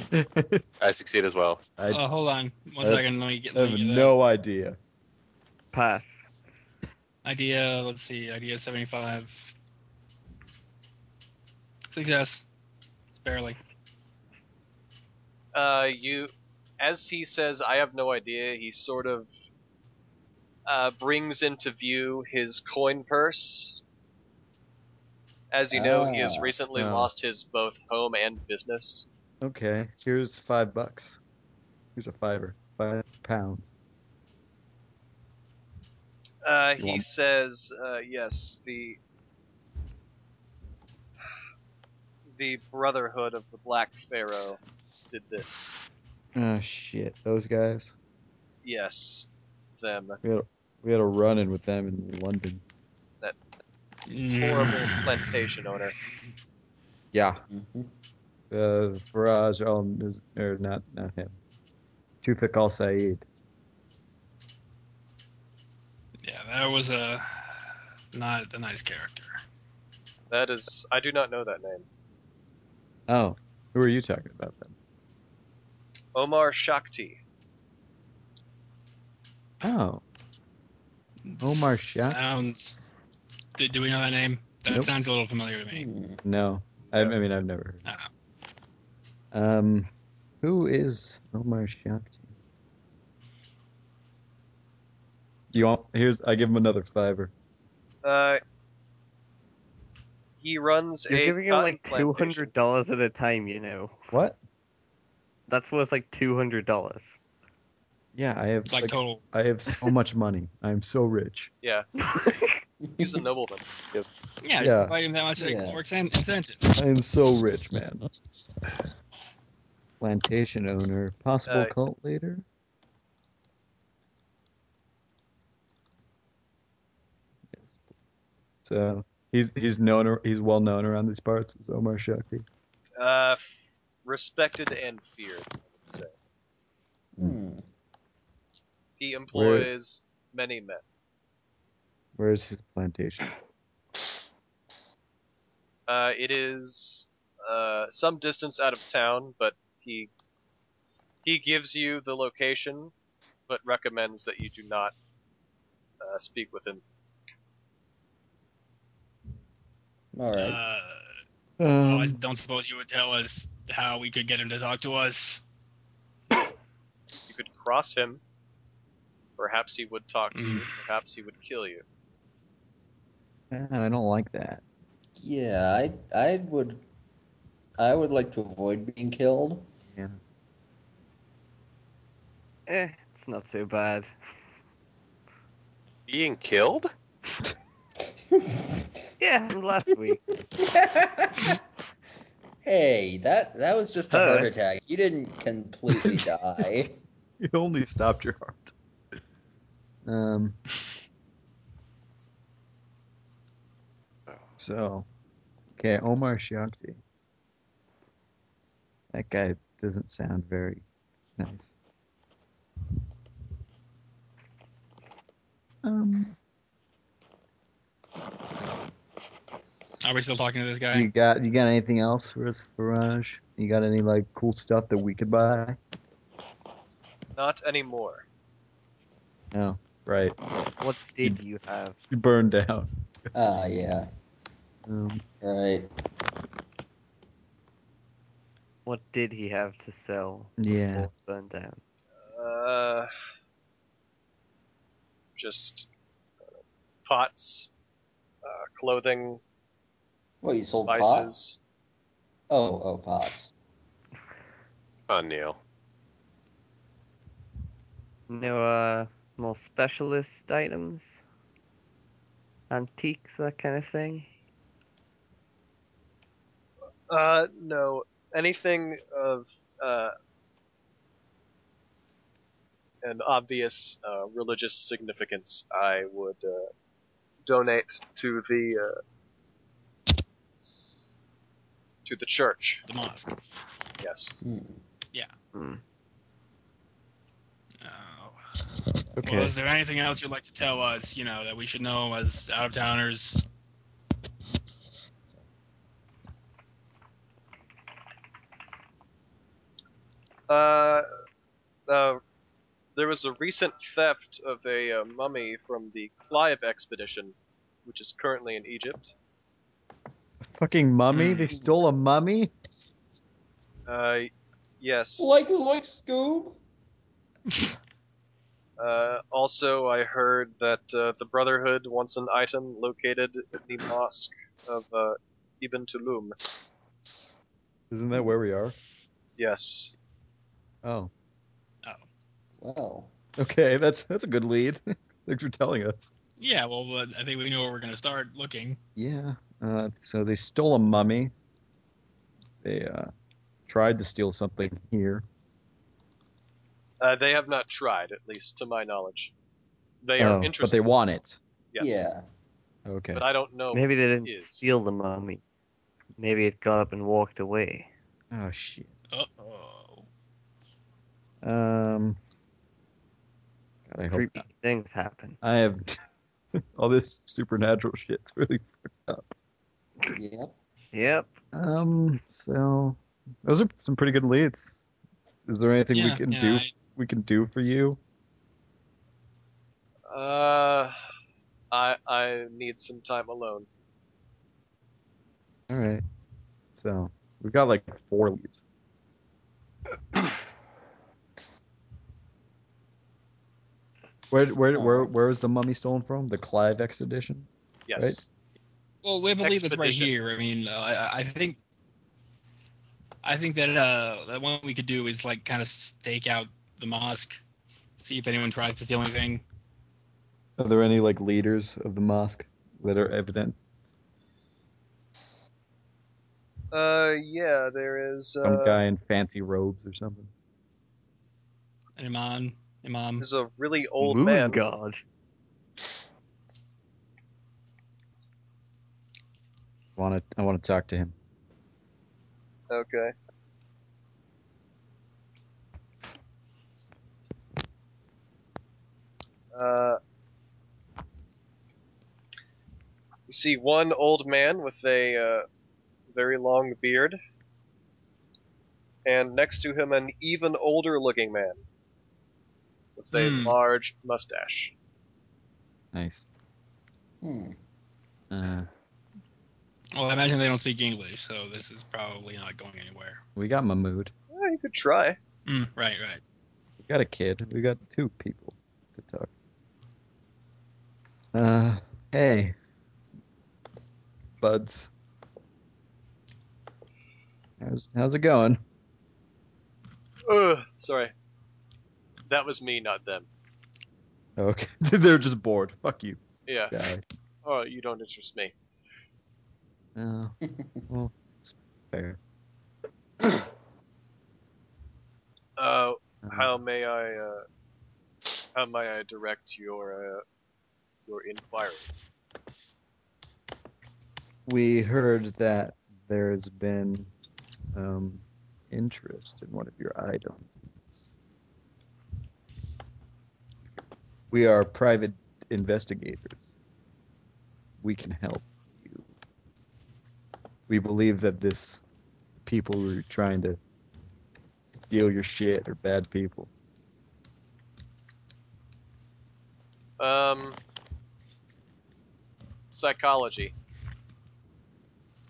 F: I succeed as well.
C: I-
A: oh, hold on. one
C: I-
A: second. Let me get.
C: I
A: Let
C: have
A: me get
C: no idea.
B: Pass.
A: that. Idea. Let's see. Idea seventy-five. Success. Barely.
G: Uh, you, as he says, I have no idea. He sort of uh, brings into view his coin purse. As you know, he has
D: Ah,
G: recently
C: oh.
G: lost his both home and business.
C: Okay, here's five bucks. Here's a fiver. Five pounds.
G: Uh,
C: You
G: he
C: want-
G: says, uh, yes, the the Brotherhood of the Black Pharaoh did this.
C: Oh shit, those guys.
G: Yes, them.
C: We had a run in with them in London.
G: horrible
A: Mm.
G: plantation owner.
C: Yeah.
D: Mhm.
C: Uh, Faraj al or not not him. Tufik al Said.
A: Yeah, that was a not a nice character.
G: That is, I do not know that name.
C: Oh. Who are you talking about then?
G: Omar Shakti.
C: Oh. Omar Shah?
A: Sounds. Do, do we know that name? That
C: Nope.
A: sounds a little familiar to me.
D: Mm.
C: No. I, I mean I've never heard.
A: I don't know.
C: Um who is Omar Shakti? You want here's I give him another fiver.
G: Uh, he runs
B: You're
G: a
B: giving him
G: cotton
B: like two
G: plantation.
B: hundred dollars at a time. You know,
C: What?
B: that's worth like two hundred dollars.
C: Yeah, I have
A: Like,
C: like,
A: total.
C: I have so much money. I'm so rich.
G: He's a nobleman.
A: Yeah, just
C: Yeah.
A: provide him that much like,
D: Yeah.
A: more incent- incentive.
C: I am so rich, man. Plantation owner, possible
G: Uh,
C: cult leader. Yes. So he's he's known ar- he's well known around these parts. Is Omar Shakti?
G: Uh, f- respected and feared. I would say.
D: Hmm.
G: He employs many men.
C: Where is his plantation?
G: Uh, it is uh, some distance out of town, but he he gives you the location, but recommends that you do not uh, speak with him.
D: All right.
A: Uh, oh, I
C: Um,
A: don't suppose you would tell us how we could get him to talk to us.
G: You could cross him. Perhaps he would talk to you.
A: Mm.
G: Perhaps he would kill you.
C: I don't like that.
D: Yeah, I I would I would like to avoid being killed.
B: Eh, it's not so bad.
F: Being killed?
B: Yeah, from last week.
D: hey, that that was just a
B: Huh.
D: heart attack. You didn't completely die.
C: You only stopped your heart. Um. Oh. So, okay, Omar Shakti. That guy doesn't sound very nice. Um,
A: Are we still talking to this
C: you
A: guy?
C: got you got anything else for us, Faraj? You got any like cool stuff that we could buy?
G: Not anymore.
C: No, right.
B: What did you have?
C: You burned down.
D: Ah, yeah.
C: Um,
D: Right.
B: What did he have to sell?
C: Yeah.
B: before it Burned down.
G: Uh, just uh, pots, uh, clothing,
D: Well, you sold pots.
G: spices.
D: Oh, oh, pots.
F: on Neil.
B: No, uh, more specialist items, antiques, that kind of thing.
G: Uh, no, anything of uh, an obvious uh, religious significance, I would uh, donate to the uh, to the church.
A: the mosque.
G: Yes.
D: Hmm.
A: Oh.
C: Okay.
A: Well, is there anything else you'd like to tell us, you know, that we should know as out of towners?
G: Uh, uh, there was a recent theft of a uh, mummy from the Clive expedition, which is currently in Egypt.
C: Fucking mummy?
A: Mm.
C: They stole a mummy?
G: Uh, yes.
D: Like is like Scoob.
G: Uh, also, I heard that uh, the Brotherhood wants an item located in the mosque of uh, Ibn Tulum.
C: Isn't that where we are?
G: Yes.
C: Oh.
D: Well,
C: Okay, that's that's a good lead. Thanks for telling us.
A: Yeah, well, uh, I think we know where we're going to start looking.
C: Yeah. Uh, so they stole a mummy. They uh, tried to steal something here.
G: Uh, they have not tried, at least to my knowledge. They
C: Oh,
G: are
C: but
G: interested.
C: they want it.
G: yes.
D: yeah.
C: Okay.
G: But I don't know.
B: Maybe they didn't
G: is.
B: steal the mummy. Maybe it got up and walked away.
C: Oh shit.
A: Uh-oh.
C: Um. God, I hope
B: Creepy
C: not.
B: things happen.
C: I have all this supernatural shit's really.
D: Yep.
B: Yep.
C: Um. So those are some pretty good leads. Is there anything we
A: Yeah,
C: can
A: yeah,
C: do?
A: I-
C: We can do for you?
G: Uh, I I need some time alone.
C: All right. So we've got like four leads. Where where where where was the mummy stolen from? The Clive expedition.
G: Yes.
C: Right.
A: Well, we believe it's right
G: Expedition.
A: here. I mean, uh, I, I think, I think that uh, that one we could do is like kind of stake out the mosque, see if anyone tries to steal anything.
C: Are there any like leaders of the mosque that are evident?
G: Uh, yeah, there is.
C: Some
G: Uh,
C: guy in fancy robes or something.
A: An imam, imam.
G: there's a really old
B: Moon
G: man.
B: god.
C: Want to? I want to talk to him.
G: Okay. Uh, you see one old man with a uh, very long beard, and next to him an even older looking man with a
A: Hmm.
G: large mustache.
C: Nice.
D: Hmm.
C: Uh,
A: Well, I imagine they don't speak English, so this is probably not going anywhere.
C: we got Mahmood.
G: Well, you could try.
A: Mm, right, right.
C: We got a kid. We got two people to talk. Uh, hey, buds. How's how's it going?
G: Ugh, sorry. That was me, not them.
C: Okay, they're just bored. Fuck you,
G: Yeah.
C: guy.
G: Oh, you don't interest me.
C: Oh, well, it's fair.
G: Uh,
C: Uh,
G: How may I, uh, how may I direct your, uh, your inquiries?
C: we heard that there's been um, interest in one of your items. We are private investigators. We can help you. We believe that this people who are trying to steal your shit are bad people.
G: Um, psychology.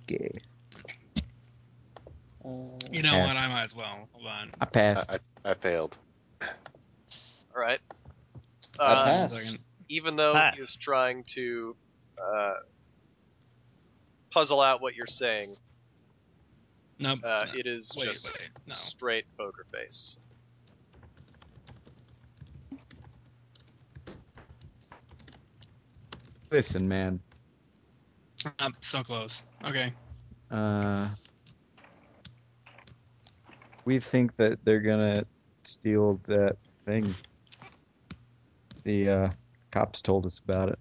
C: Gay.
D: Uh,
A: You know what?
C: Passed.
A: I might as well. Hold on.
C: I
F: I,
C: passed.
F: I, I failed.
G: All right.
D: I
G: Uh,
A: One
D: passed.
A: second.
G: even though
B: Pass.
G: he is trying to uh, puzzle out what you're saying,
A: Nope.
G: uh,
A: no.
G: it is
A: Wait,
G: just
A: wait. No.
G: straight poker face.
C: Listen, man.
A: I'm so close. Okay.
C: Uh, we think that they're gonna steal that thing. The uh, cops told us about it.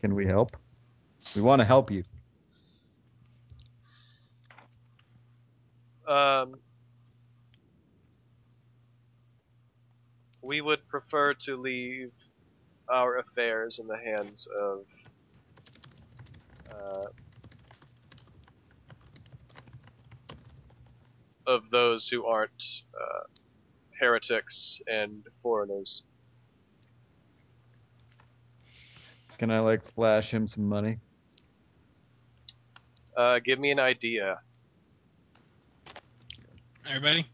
C: Can we help? We want to help you.
G: Um, we would prefer to leave our affairs in the hands of uh, of those who aren't uh, heretics and foreigners.
C: Can I like flash him some money?
G: Uh, give me an idea.
A: Everybody.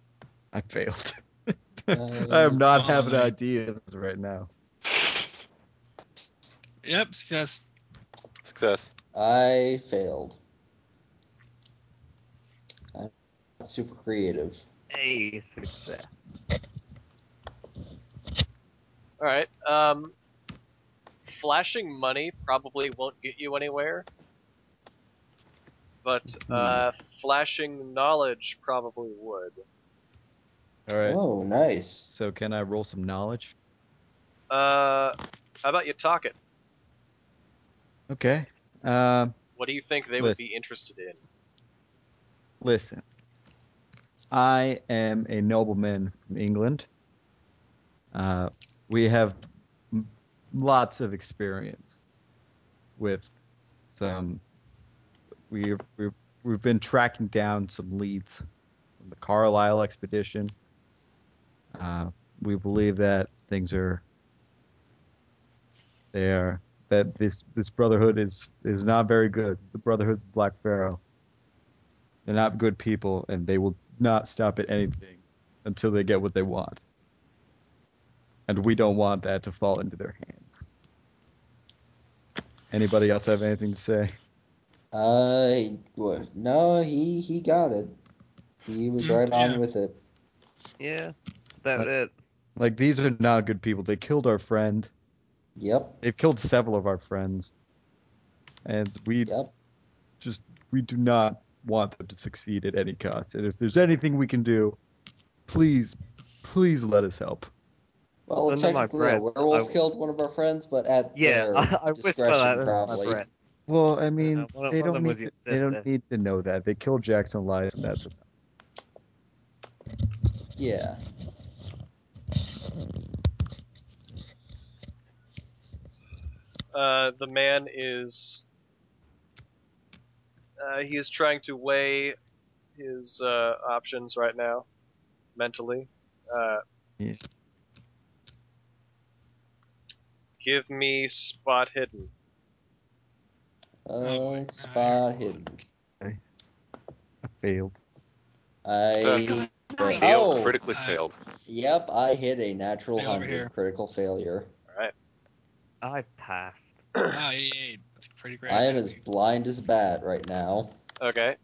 C: I failed.
D: Um,
C: I am not
A: Oh,
C: having
A: man.
C: ideas right now.
A: Yep. Success.
F: Success.
D: I failed. I'm not super creative.
B: Hey, success.
G: All right. Um, flashing money probably won't get you anywhere, but uh, flashing knowledge probably would.
C: All right.
D: Oh, nice.
C: So can I roll some knowledge?
G: Uh, how about you talk it?
C: Okay. Um,
G: What do you think they would be
C: Listen.
G: interested in?
C: Listen, I am a nobleman from England. Uh, we have m- lots of experience with some. We've, we've, we've been tracking down some leads from the Carlisle expedition. Uh, we believe that things are they are that this this brotherhood is is not very good. The Brotherhood of Black Pharaoh. They're not good people, and they will not stop at anything until they get what they want. And we don't want that to fall into their hands. Anybody else have anything to say?
D: Uh, what? No, he he got it. He was
A: Hmm,
D: right
A: yeah.
D: on with it.
B: Yeah, about
C: But-
B: it.
C: Like, these are not good people. They killed our friend.
D: Yep.
C: They've killed several of our friends. And we
D: Yep.
C: just, we do not want them to succeed at any cost. And if there's anything we can do, please, please let us help.
D: Well,
B: Under my
D: technically, a
B: breath,
D: werewolf
B: I-
D: killed one of our friends, but at
B: Yeah,
D: their
B: I, I whisper
D: discretion,
B: that under my
D: probably.
B: breath.
C: Well, I mean,
B: one of-
C: they
B: one of
C: don't
B: them
C: need
B: was your
C: to, they don't
B: sister.
C: need to know that. They killed Jackson Elias, and that's enough.
D: Yeah.
G: Uh, the man is uh, he is trying to weigh his uh, options right now mentally uh,
C: Yeah.
G: give me spot hidden
A: Oh,
D: Uh,
A: wait,
D: spot
A: I-
D: hidden.
C: I failed.
D: I.
F: Failed.
D: Oh.
F: Critically
A: Uh,
F: failed.
D: Yep. I hit a natural
A: Hey, over
D: hundred
A: here.
D: critical failure.
B: I passed.
A: Wow, 88. That's pretty great.
D: I am as blind as bat right now.
G: okay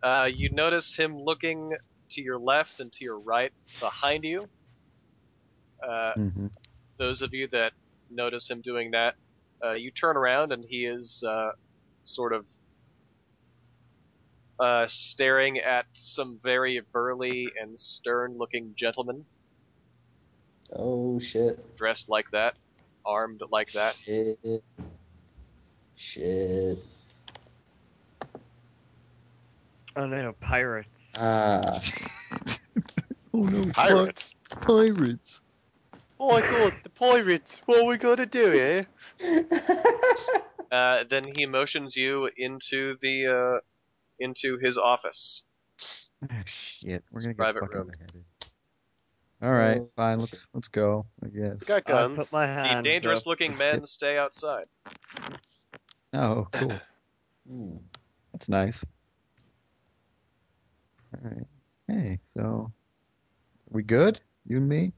G: uh, you notice him looking to your left and to your right behind you uh, those of you that notice him doing that, uh, you turn around and he is uh, sort of uh, staring at some very burly and stern-looking gentleman
D: Oh shit.
G: dressed like that, armed like that.
D: Shit. Shit.
B: Oh no, pirates.
F: Uh,
D: Ah.
C: oh no,
F: Pirates.
C: pirates!
F: Oh my god, the pirates. What we gonna do here?
D: Hmm.
G: Uh, then he motions you into the uh, into his office.
C: shit, we're
G: It's
C: gonna
G: private
C: get fucking
G: room.
C: beheaded. All right,
D: Oh,
C: fine.
D: shit.
C: Let's let's go. I guess.
F: We got
B: I
F: guns.
B: put my
G: The
B: hand.
G: dangerous-looking
C: let's get-
G: men stay outside.
C: Oh, cool.
D: Hmm.
C: That's nice. All right. Hey, so we good? You and me?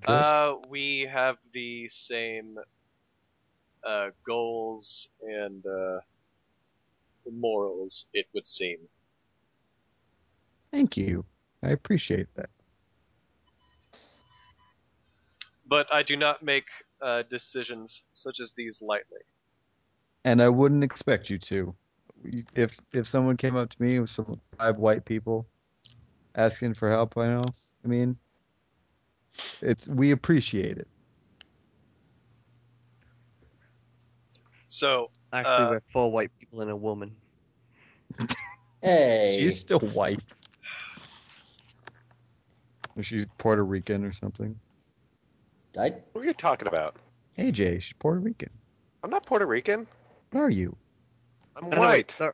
C: Good?
G: Uh, we have the same uh, goals and uh, morals, it would seem.
C: Thank you. I appreciate that.
G: But I do not make uh, decisions such as these lightly.
C: And I wouldn't expect you to. You- If if someone came up to me with some five white people asking for help, I know. I mean, it's we appreciate it.
G: So,
B: Actually,
G: Uh,
B: we're four white people and a woman.
D: Hey.
C: She's still white. Or She's Puerto Rican or something.
D: I,
F: What are you talking about?
C: AJ, she's Puerto Rican.
F: I'm not Puerto Rican.
C: What are you?
F: I'm
B: Oh, no, wait,
F: white.
B: sorry.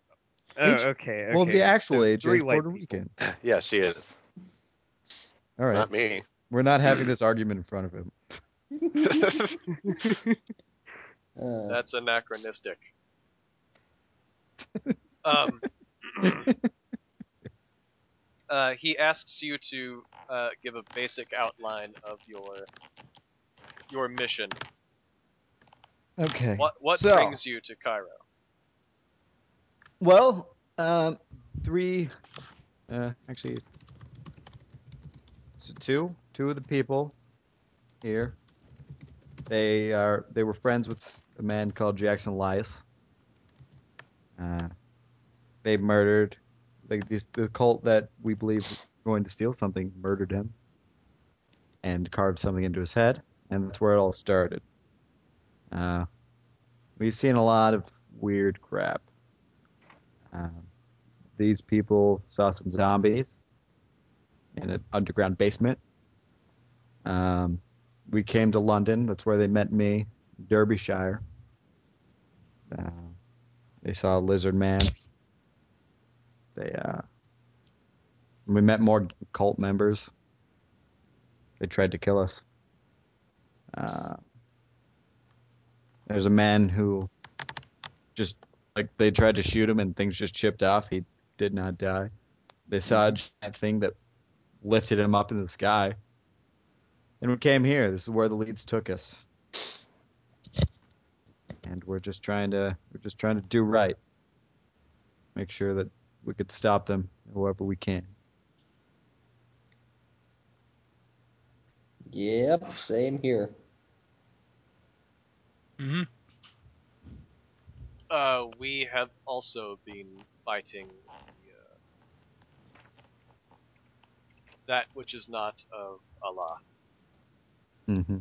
B: Oh,
C: Age-
B: okay,
C: Well,
B: okay.
C: the actual
B: So
C: AJ
B: three
C: is
B: white
C: Puerto
B: people.
C: Rican.
F: Yeah, she is.
C: All right,
F: Not me.
C: we're not having this argument in front of him.
D: uh,
G: That's anachronistic. um, uh, he asks you to uh, give a basic outline of your your mission.
C: Okay.
G: What what
C: So-
G: brings you to Cairo?
C: Well, um, three. Uh, actually, so two. Two of the people here. They are. They were friends with a man called Jackson Elias. Uh, they murdered. Like these, the cult that we believe was going to steal something murdered him, and carved something into his head, and that's where it all started. Uh, we've seen a lot of weird crap. Um, these people saw some zombies in an underground basement. Um, we came to London. That's where they met me, Derbyshire. Uh, they saw a lizard man. They uh, we met more cult members. They tried to kill us. Uh, there's a man who just like they tried to shoot him and things just chipped off. He did not die. They saw a giant thing that lifted him up into the sky. And we came here. This is where the leads took us. And we're just trying to we're just trying to do right. Make sure that we could stop them however we can.
D: yep, same here.
A: Mm-hmm.
G: Uh, we have also been fighting the, uh, that which is not of Allah.
C: Mm-hmm.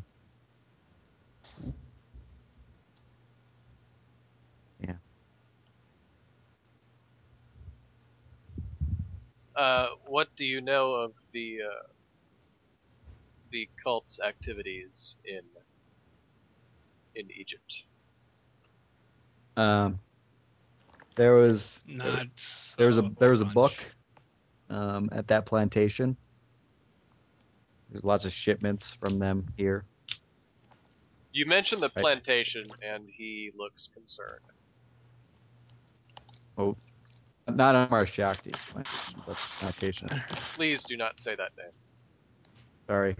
C: Yeah.
G: Uh, what do you know of the uh, the cult's activities in in Egypt?
C: Um, there was
A: Not.
C: there was a there was a
A: bunch.
C: book um, at that plantation. There's lots of shipments from them here.
G: You mentioned the
C: Right.
G: plantation, and he looks concerned.
C: Not Amar Shakti, but plantation.
G: Please do not say that name.
C: Sorry.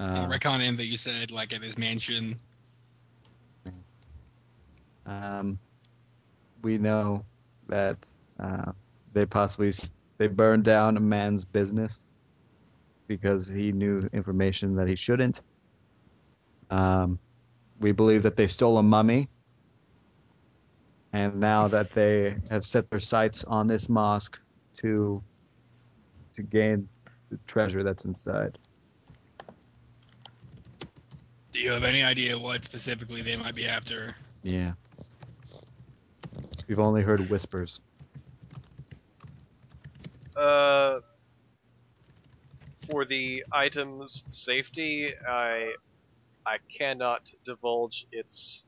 A: I'll
C: Uh,
A: recon in that you said like at his mansion.
C: um, we know that uh, they possibly s- they burned down a man's business because he knew information that he shouldn't. Um, we believe that they stole a mummy, and now that they have set their sights on this mosque to to gain the treasure that's inside.
A: Do you have any idea what specifically they might be after?
C: Yeah. We've only heard whispers.
G: Uh, for the item's safety, I I cannot divulge its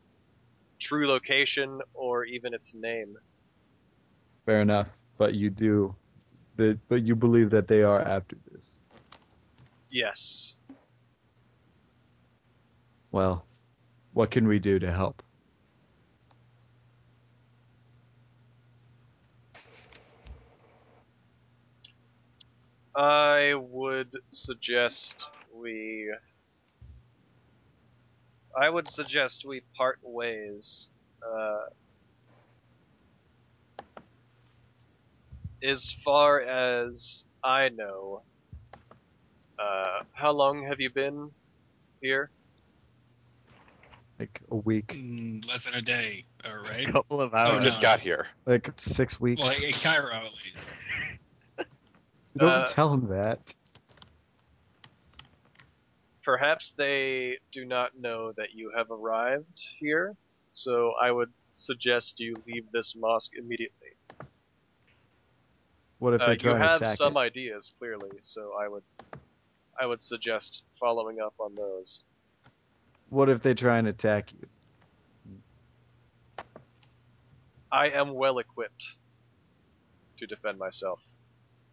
G: true location or even its name.
C: Fair enough, but you do, the, but you believe that they are after this.
G: Yes.
C: Well, what can we do to help?
G: I would suggest we. I would suggest we part ways. Uh, as far as I know, uh, how long have you been here?
C: Like a week,
A: Mm, Less than a day, all right?
B: A couple of
A: Oh,
F: I
B: hours.
F: just
A: no.
F: got here.
C: like six weeks.
A: Well, in Cairo at least.
C: Don't
G: Uh,
C: tell him that.
G: Perhaps they do not know that you have arrived here, so I would suggest you leave this mosque immediately.
C: What if
G: Uh,
C: they
G: you
C: try and
G: have
C: attack
G: some
C: it?
G: ideas clearly, so I would I would suggest following up on those.
C: What if they try and attack you?
G: I am well equipped to defend myself.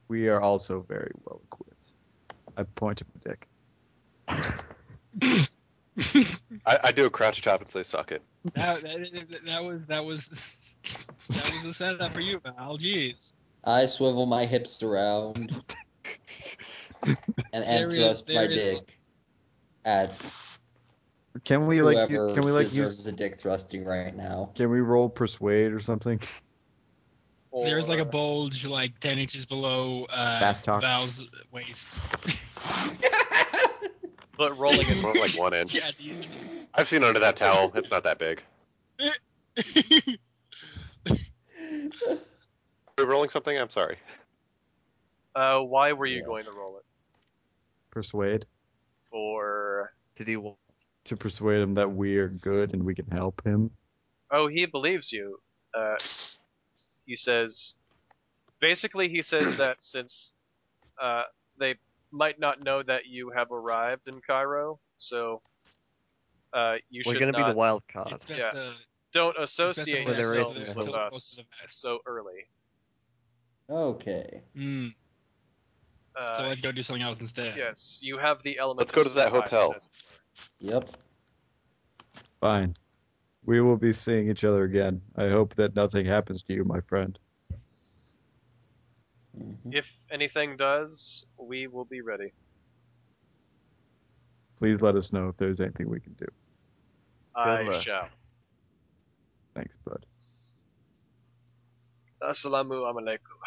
C: We are also very well equipped. I point to my dick.
F: I, I do a crouch chop and say, "Suck it."
A: That, that, that was that was that was a setup for you, Al. Jeez.
D: I swivel my hips around and,
A: There
D: and
A: is-
D: thrust my
A: there is-
D: dick at
C: Can we
D: whoever
C: like? u- Can we like use?
D: deserves a dick thrusting right now.
C: Can we roll persuade or something?
A: There's like a
G: Or-
A: bulge like ten inches below uh,
C: Fast talk.
A: Val's waist.
G: but rolling it.
F: More like one inch.
A: Yeah, the
F: I've seen under that towel. It's not that big.
A: inch.
F: Are we rolling something? I'm sorry.
G: Uh, why were you
D: Yeah.
G: going to roll it?
C: Persuade
G: For
B: To do what?
C: to persuade him that we are good and we can help him.
G: oh, he believes you. Uh, he says, basically, he says that since uh, they might not know that you have arrived in Cairo, so uh, you
B: We're
G: should
B: gonna
G: not
B: be the wild card.
A: It's best
G: Uh, Yeah.
A: to-
G: don't
A: it's best to
G: associate
A: put
B: Where there
A: yourself
G: yourselves
B: is
A: close
G: with
A: to
G: us
A: the vest.
G: so early.
D: Okay.
A: Mm,
G: Uh,
A: so let's go do something else instead.
G: yes, you have the element.
F: Let's go
G: of
F: to that
G: surprise,
F: hotel.
G: as it were.
D: Yep.
C: Fine. We will be seeing each other again. I hope that nothing happens to you, my friend.
D: Mhm.
G: If anything does, we will be ready.
C: Please let us know if there's anything we can do.
G: I
B: luck.
G: shall.
C: Thanks, bud.
G: Assalamu alaikum.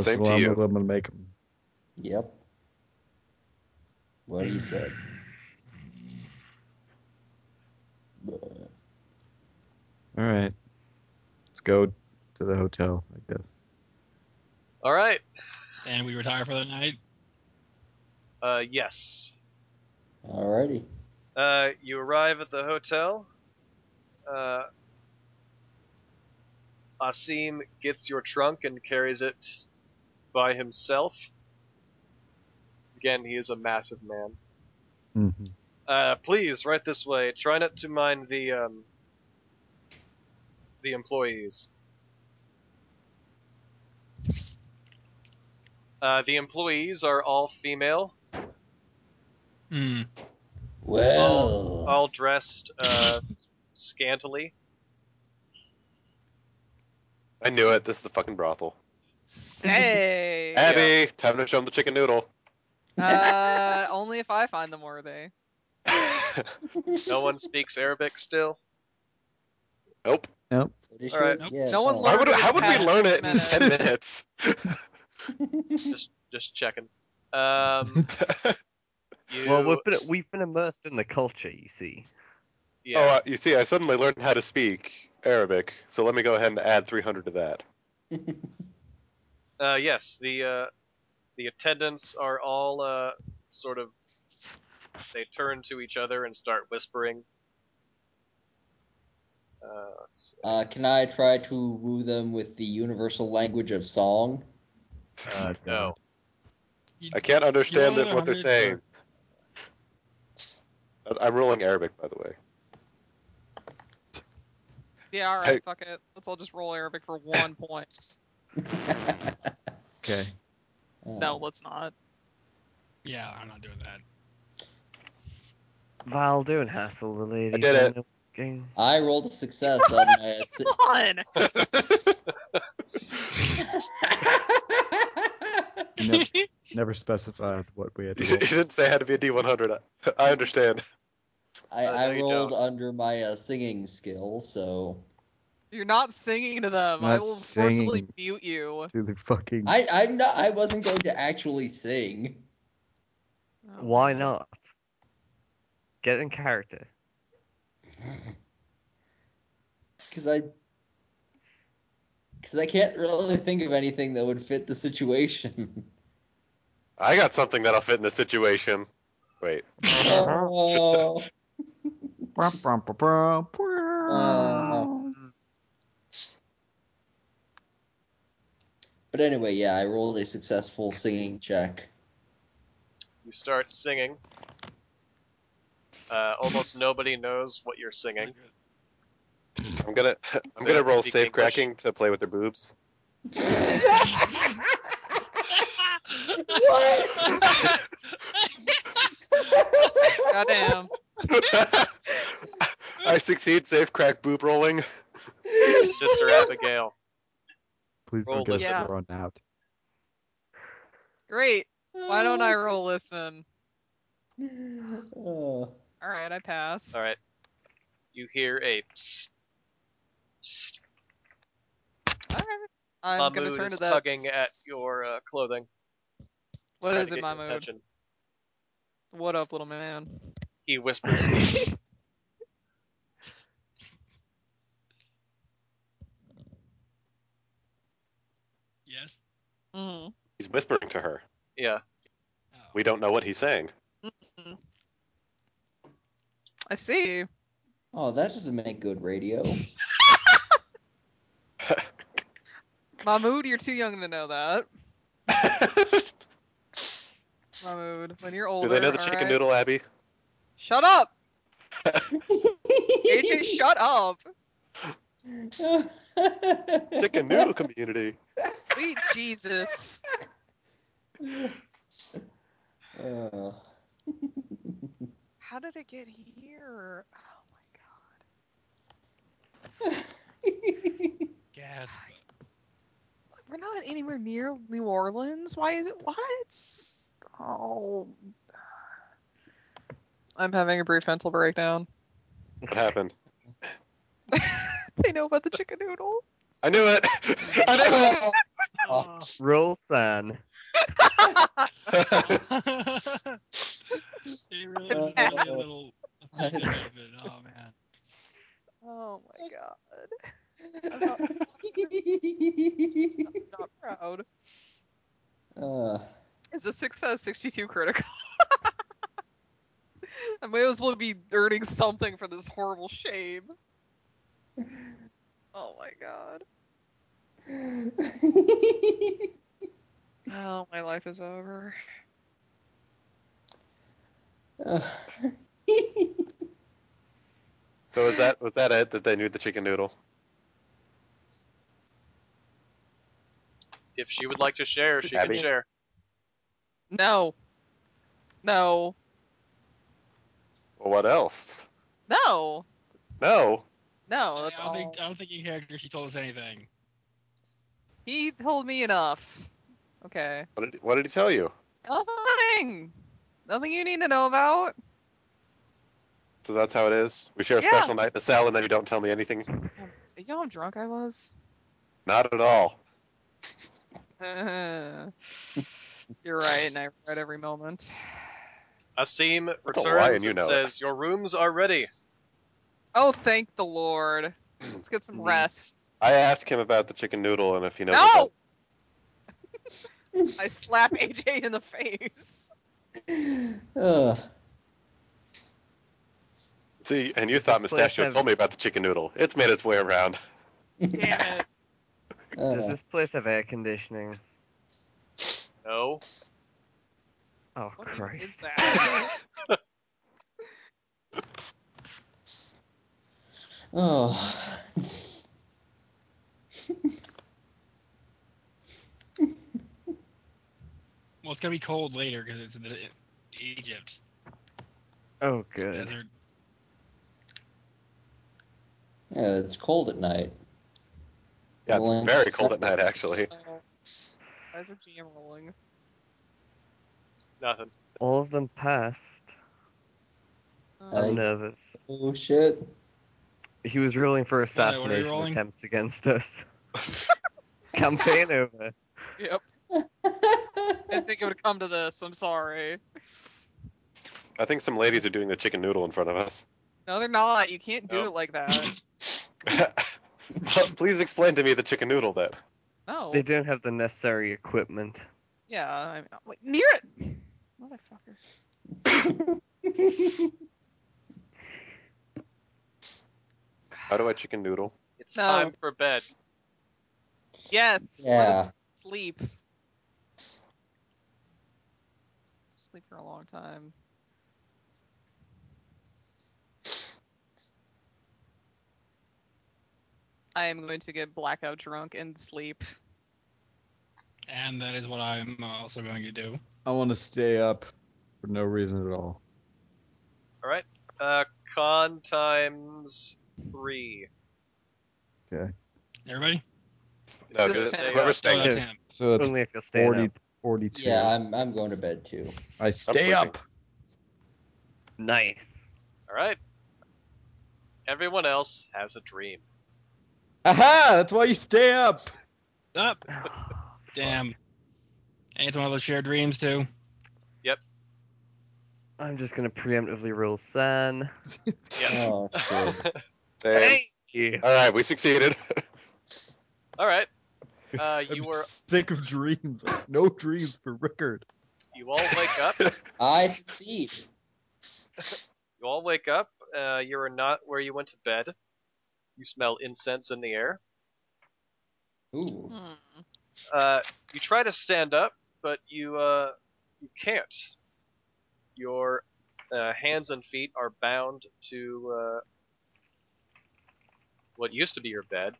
F: Same to you.
C: Assalamu alaikum alaikum.
D: Yep. What he said.
C: All right. Let's go to the hotel, I guess.
G: All right.
A: And we retire for the night.
G: Uh, yes.
D: Alrighty.
G: Uh, you arrive at the hotel. Uh, Asim gets your trunk and carries it by himself. Again, he is a massive man.
C: hmm
G: Uh, please, right this way. Try not to mind the um, the employees. Uh, the employees are all female,
A: Mm.
D: Well.
G: all dressed uh, s- scantily.
F: I knew it. This is the fucking brothel.
E: Hey.
F: Abby, time to show them the chicken noodle.
E: Uh, only if I find them worthy.
G: No one speaks Arabic still.
F: nope.
D: Pretty
G: all right.
A: Nope.
D: yeah,
E: No one
D: fine.
F: Why would,
E: Learned it
F: how would we
E: past
F: learn it in
E: minutes.
F: ten minutes?
G: Just just checking. Um, you,
B: Well, we've been we've been immersed in the culture, you see.
G: yeah.
F: Oh, uh, you see, I suddenly learned how to speak Arabic, so let me go ahead and add 300 to that.
G: Uh, yes, the uh, the attendants are all uh, sort of. They turn to each other and start whispering. Uh, let's see.
D: Uh, can I try to woo them with the universal language of song?
G: Uh, no.
A: You-
F: I can't understand
A: You want
F: it, what
A: 100
F: they're
A: for-
F: saying. I- I'm rolling Arabic, by the way.
E: Yeah, all right,
F: Hey.
E: fuck it. Let's all just roll Arabic for one point.
C: Okay.
D: Um,
E: No, let's not.
A: Yeah, I'm not doing that.
B: Val, don't hassle the ladies.
F: did
B: in
F: it.
B: the Game.
D: I rolled a success on my. uh, assi-
E: Come on.
C: Never, never specified what we had
F: You
C: to roll.
F: didn't say it had to be a D100. I, I understand.
D: I,
G: Uh, no,
D: I
G: you
D: rolled
G: don't.
D: under my uh, singing skill, so
E: You're not singing to them. I
C: Not
E: will forcibly
C: singing.
E: mute you. Oh,
C: To the fucking.
D: I I'm not I wasn't going to actually sing.
B: Why not? Get in character.
D: Cause I Cause I can't really think of anything that would fit the situation.
F: I got something that'll fit in the situation. Wait.
G: Uh-huh.
D: oh,
B: Uh,
C: All
D: but anyway, yeah, I rolled a successful singing check.
G: You start singing. Uh, almost nobody knows what you're singing.
F: I'm gonna I'm gonna
G: that's
F: roll
G: speak
F: safe
G: English.
F: cracking to play with their boobs.
D: What?
E: Goddamn.
F: I succeed safe crack boob rolling.
G: Your sister Abigail.
C: Please
G: Roll
C: don't get us
E: listen.
C: run out.
E: Great. Why don't I roll listen?
D: Oh.
E: All right, I pass.
G: All right. You hear a psst, psst.
E: All right. I'm gonna
G: Mahmood
E: turn
G: is
E: to that.
G: tugging at your uh, clothing.
E: What
G: trying
E: is it,
G: to get your
E: Mahmood?
G: attention.
E: What up, little man?
G: He whispers. "Eat."
A: Yes.
E: Mm.
F: He's whispering to her.
G: yeah.
A: Oh.
F: We don't know what he's saying.
E: I see.
D: oh, that doesn't make good radio.
E: Mahmood, you're too young to know that.
F: Do
E: Mahmood, when you're older.
F: they know the
E: all
F: chicken
E: right?
F: noodle, Abby?
E: Shut up! AJ, shut up!
F: Chicken noodle community.
E: Sweet Jesus.
D: Oh.
E: How did it get here? Oh my
A: Gasp.
E: god. We're not anywhere near New Orleans. Why is it? What? Oh. I'm having a brief mental breakdown.
F: What happened?
E: They know about the chicken noodle.
F: I knew it. I
B: Roll San.
F: knew it.
A: It really is only a little. a bit of it. Oh man.
E: Oh my god. I'm not proud.
D: Uh,
E: It's a six out of 62 critical. I may as well be earning something for this horrible shame. Oh my god. Oh, my life is over.
F: so was that was that it that they knew the chicken noodle?
G: If she would like to share, she
F: Abby?
G: can share.
E: No. No.
F: Well, what else?
E: No.
F: No.
E: No,
A: I
E: Oh, that's
A: don't
E: all.
A: think I don't think in character she told us anything.
E: He told me enough. Okay.
F: What did what did he tell you?
E: Nothing. Nothing you need to know about.
F: So that's how it is. We share a
E: Yeah.
F: special night in the cell, and then you don't tell me anything.
E: You know how drunk I was?
F: Not at all.
E: You're right, and I regret every moment.
G: Asim
F: That's a lie,
G: returns
F: and you
G: and
F: know it.
G: says, "Your rooms are ready."
E: Oh, thank the Lord. Let's get some
F: Mm.
E: rest.
F: I asked him about the chicken noodle and if he knows.
E: No! I slap AJ in the face.
D: Ugh.
F: about- See, and you thought
B: This place
F: Mustachio
B: has-
F: told me about the chicken noodle. It's made its way around.
E: Damn it.
B: Does
D: Uh,
B: this place have air conditioning?
G: No.
B: Oh
E: What even is
B: Christ!
E: that?
D: oh.
A: Well, it's gonna be cold later because it's in the, Egypt
B: Oh good.
A: desert.
D: Yeah, it's cold at night.
F: Yeah,
D: Well,
F: it's very cold at night, actually.
E: So- Why is our GM rolling?
G: Nothing.
B: All of them passed. I'm Uh,
D: Aye.
B: nervous.
D: Oh shit.
B: He was ruling for
A: what are you
B: assassination
A: rolling?
B: attempts against us. Campaign over.
E: Yep. I didn't think it would come to this. I'm sorry.
F: I think some ladies are doing the chicken noodle in front of us.
E: No, they're not. You can't do
G: No.
E: it like that.
F: Please explain to me the chicken noodle then.
E: No.
B: They don't have the necessary equipment.
E: Yeah. I mean, wait, near it. Motherfucker.
F: How do I chicken noodle?
G: It's
E: No.
G: time for bed.
E: Yes. let us
D: Yeah.
E: Sleep. Sleep for a long time. I am going to get blackout drunk and sleep.
A: and that is what I'm also going to do.
C: I want to stay up for no reason at all.
G: All right. Uh, con times three.
A: Everybody?
F: No,
E: Just
F: just
E: stay
G: up.
F: whoever's
A: Oh,
F: staying
A: that's
F: up.
A: him.
C: So it's
B: Only if you're staying
C: 40,
B: up.
C: 42.
D: Yeah, I'm I'm going to bed too.
C: I stay
F: sleeping.
C: up.
B: Nice.
G: All right. Everyone else has a dream.
C: Aha! That's why you stay up.
A: Up. Damn. And it's one of those shared dreams too.
B: I'm just gonna preemptively rule San.
G: Yes.
D: Oh shit.
F: Damn.
B: you.
F: All right, we succeeded.
G: All right. Uh, you
C: I'm
G: were
C: sick of dreams. No dreams for Rickard.
G: you all wake up.
D: I succeed.
G: You all wake up. Uh, you are not where you went to bed. You smell incense in the air.
D: Ooh.
E: Hmm.
G: Uh, you try to stand up, but you uh, you can't. Your uh, hands and feet are bound to uh, what used to be your bed.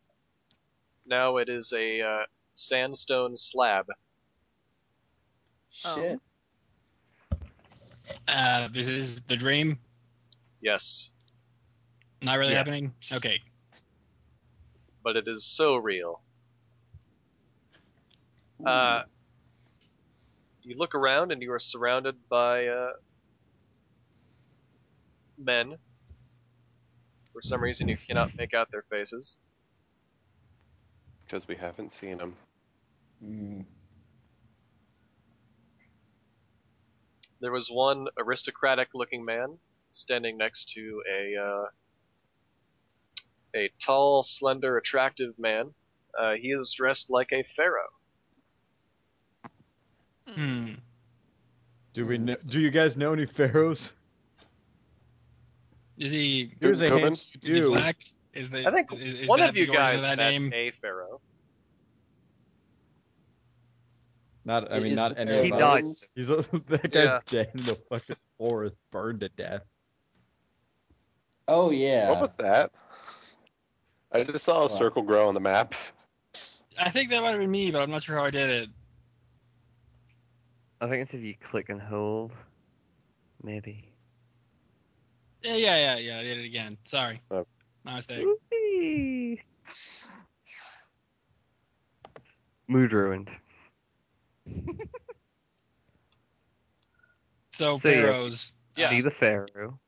G: Now it is a uh, sandstone slab.
E: Oh.
D: Shit.
A: Uh, this is the dream.
G: Yes,
A: Not really
B: Yeah.
A: happening. Okay.
G: but it is so real.
D: Hmm.
G: Uh, you look around and you are surrounded by uh, men. For some reason, you cannot make out their faces.
F: Because we haven't seen him.
D: Mm.
G: There was one aristocratic-looking man standing next to a uh, a tall, slender, attractive man. Uh, he is dressed like a pharaoh.
A: Hmm.
C: Do we? Kn- do you guys know any pharaohs?
A: Is he?
C: Here's a
F: Tobin?
C: hint. You
A: Is he
C: do.
A: black? Is the,
G: I think
A: is, is
G: one
A: that
G: of you
A: the origin
G: guys
A: of that
G: met
A: name?
G: a pharaoh.
C: Not. I
D: Is
C: mean, not
D: the
C: any
D: pharaoh
C: of
B: He
C: us.
B: died.
D: rose?
C: He's that guy's
G: Yeah.
C: dead in the fucking forest, burned to death.
D: Oh
F: What
D: yeah.
F: was that? I just saw a
D: What?
F: circle grow on the map.
A: I think that might have been me, but I'm not sure how I did it.
B: I think it's if you click and hold. Maybe.
A: Yeah, yeah, yeah, yeah. I did it again. Sorry.
F: Oh.
A: My mistake.
B: Whoopee. Mood ruined.
A: So
B: So, yeah.
A: pharaohs.
G: Yes.
B: See the Pharaoh.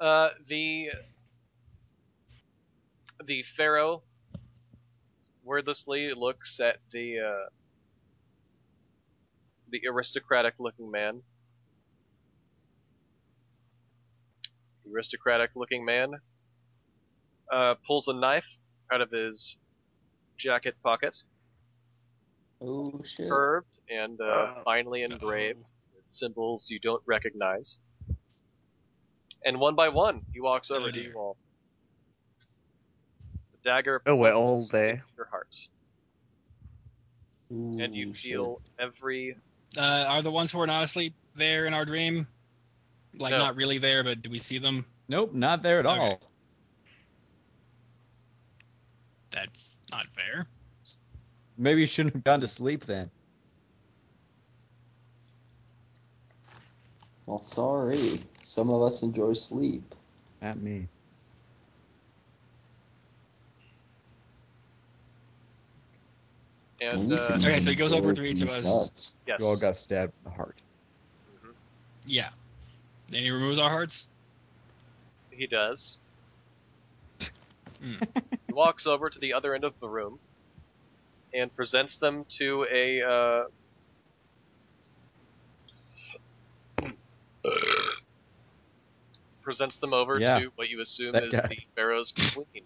G: Uh, the the pharaoh wordlessly looks at the uh, the aristocratic-looking man. The aristocratic-looking man uh, pulls a knife out of his jacket pocket,
D: Oh shit.
G: curved and uh,
B: Oh.
G: finely engraved with symbols you don't recognize. And one by one, he walks over
A: Oh,
G: to
A: dear.
G: you all. The dagger
B: Oh, we're all
G: plungers
B: there.
G: into your heart,
D: Ooh,
G: and you
D: Oh, shit.
G: feel every
A: Uh, are the ones who are not asleep there in our dream? Like
G: No.
A: not really there, but do we see them?
C: Nope, not there at
A: Okay.
C: all.
A: That's not fair.
C: Maybe you shouldn't have gone to sleep then.
D: Well, sorry. Some of us enjoy sleep.
C: Not me.
G: and And uh,
A: Okay, so he goes over to each of us.
G: yes,
C: You all got stabbed in the heart.
A: Yeah. And he removes our hearts.
G: he does.
A: Hmm.
G: he walks over to the other end of the room and presents them to a uh, presents them over
C: Yeah.
G: to what you assume
C: That
G: is
C: guy.
G: the Pharaoh's queen.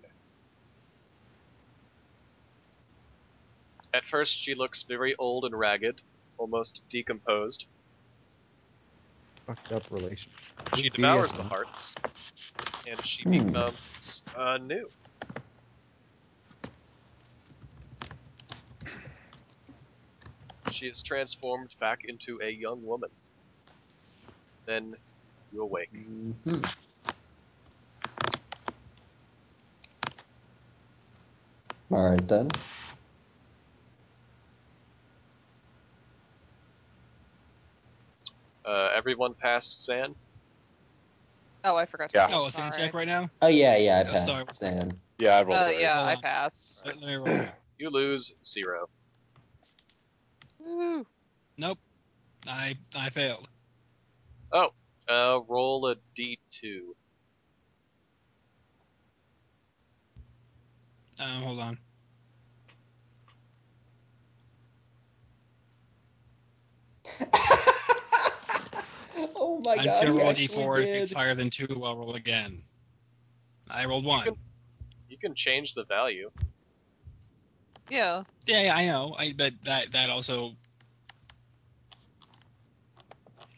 G: At first, she looks very old and ragged, almost decomposed.
C: Fucked up relation.
G: She
C: BS,
G: devours the
C: man.
G: hearts, and she
D: Hmm.
G: becomes uh, new. She is transformed back into a young woman. Then you awake.
D: Mm-hmm. All right then.
G: Uh, everyone passed San.
E: Oh, I forgot to.
F: Yeah.
E: roll,
A: Oh, it's in
E: sorry.
A: check right now?
D: Oh yeah, yeah, I
A: Oh,
D: passed.
A: sorry.
D: Sam.
F: Yeah, I rolled.
E: Oh
F: already.
E: yeah, I
A: Hold on.
E: passed.
A: Let me roll.
G: You lose zero.
E: Woo.
A: Nope. I I failed.
G: Uh, roll a d2.
A: Um, hold on.
D: oh my
A: I'm
D: god,
A: just gonna
D: he
A: roll a
D: actually
A: d4. If
D: did.
A: it's higher than two, I'll roll again. I rolled one.
G: You can change the value.
E: Yeah.
A: Yeah, yeah, I know. I but that that also.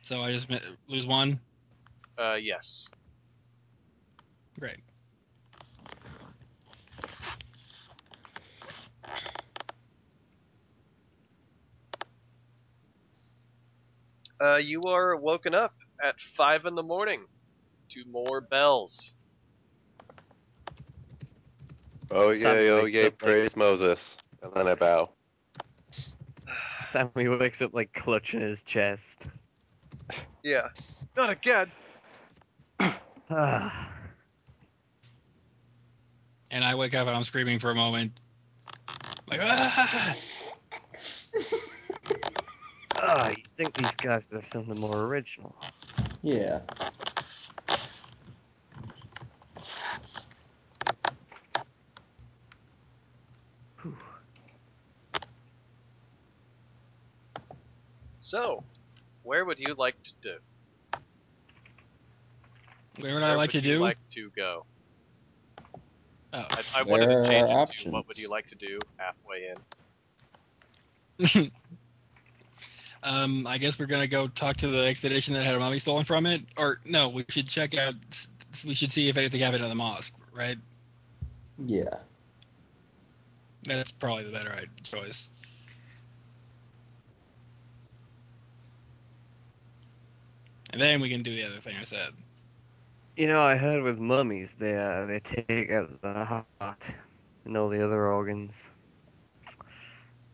A: So I just mi- lose one.
G: Uh, yes.
A: Great.
G: Uh, you are woken up at five in the morning to more bells.
F: Oh
B: Sounds
F: yay! Oh
B: like
F: yay!
B: something.
F: Praise Moses. And then I bow.
B: Sammy wakes up like clutching his chest.
G: Yeah. Not again.
B: Ah.
A: And I wake up and I'm screaming for a moment. Like ah!
B: Ah, you think these guys would have something more original?
D: Yeah.
G: So, where would you like to do?
A: Where would I
G: Where
A: like
G: would
A: to
G: you
A: do?
G: like to go?
A: Oh.
G: I, I wanted to
D: There
G: change
D: are
G: it to
D: options.
G: what would you like to do halfway in.
A: um, I guess we're gonna go talk to the expedition that had a mummy stolen from it. Or no, we should check out. We should see if anything happened at the mosque, right?
D: Yeah.
A: That's probably the better i- choice. And then we can do the other thing I said.
B: You know, I heard with mummies, they uh, they take out the heart and all the other organs.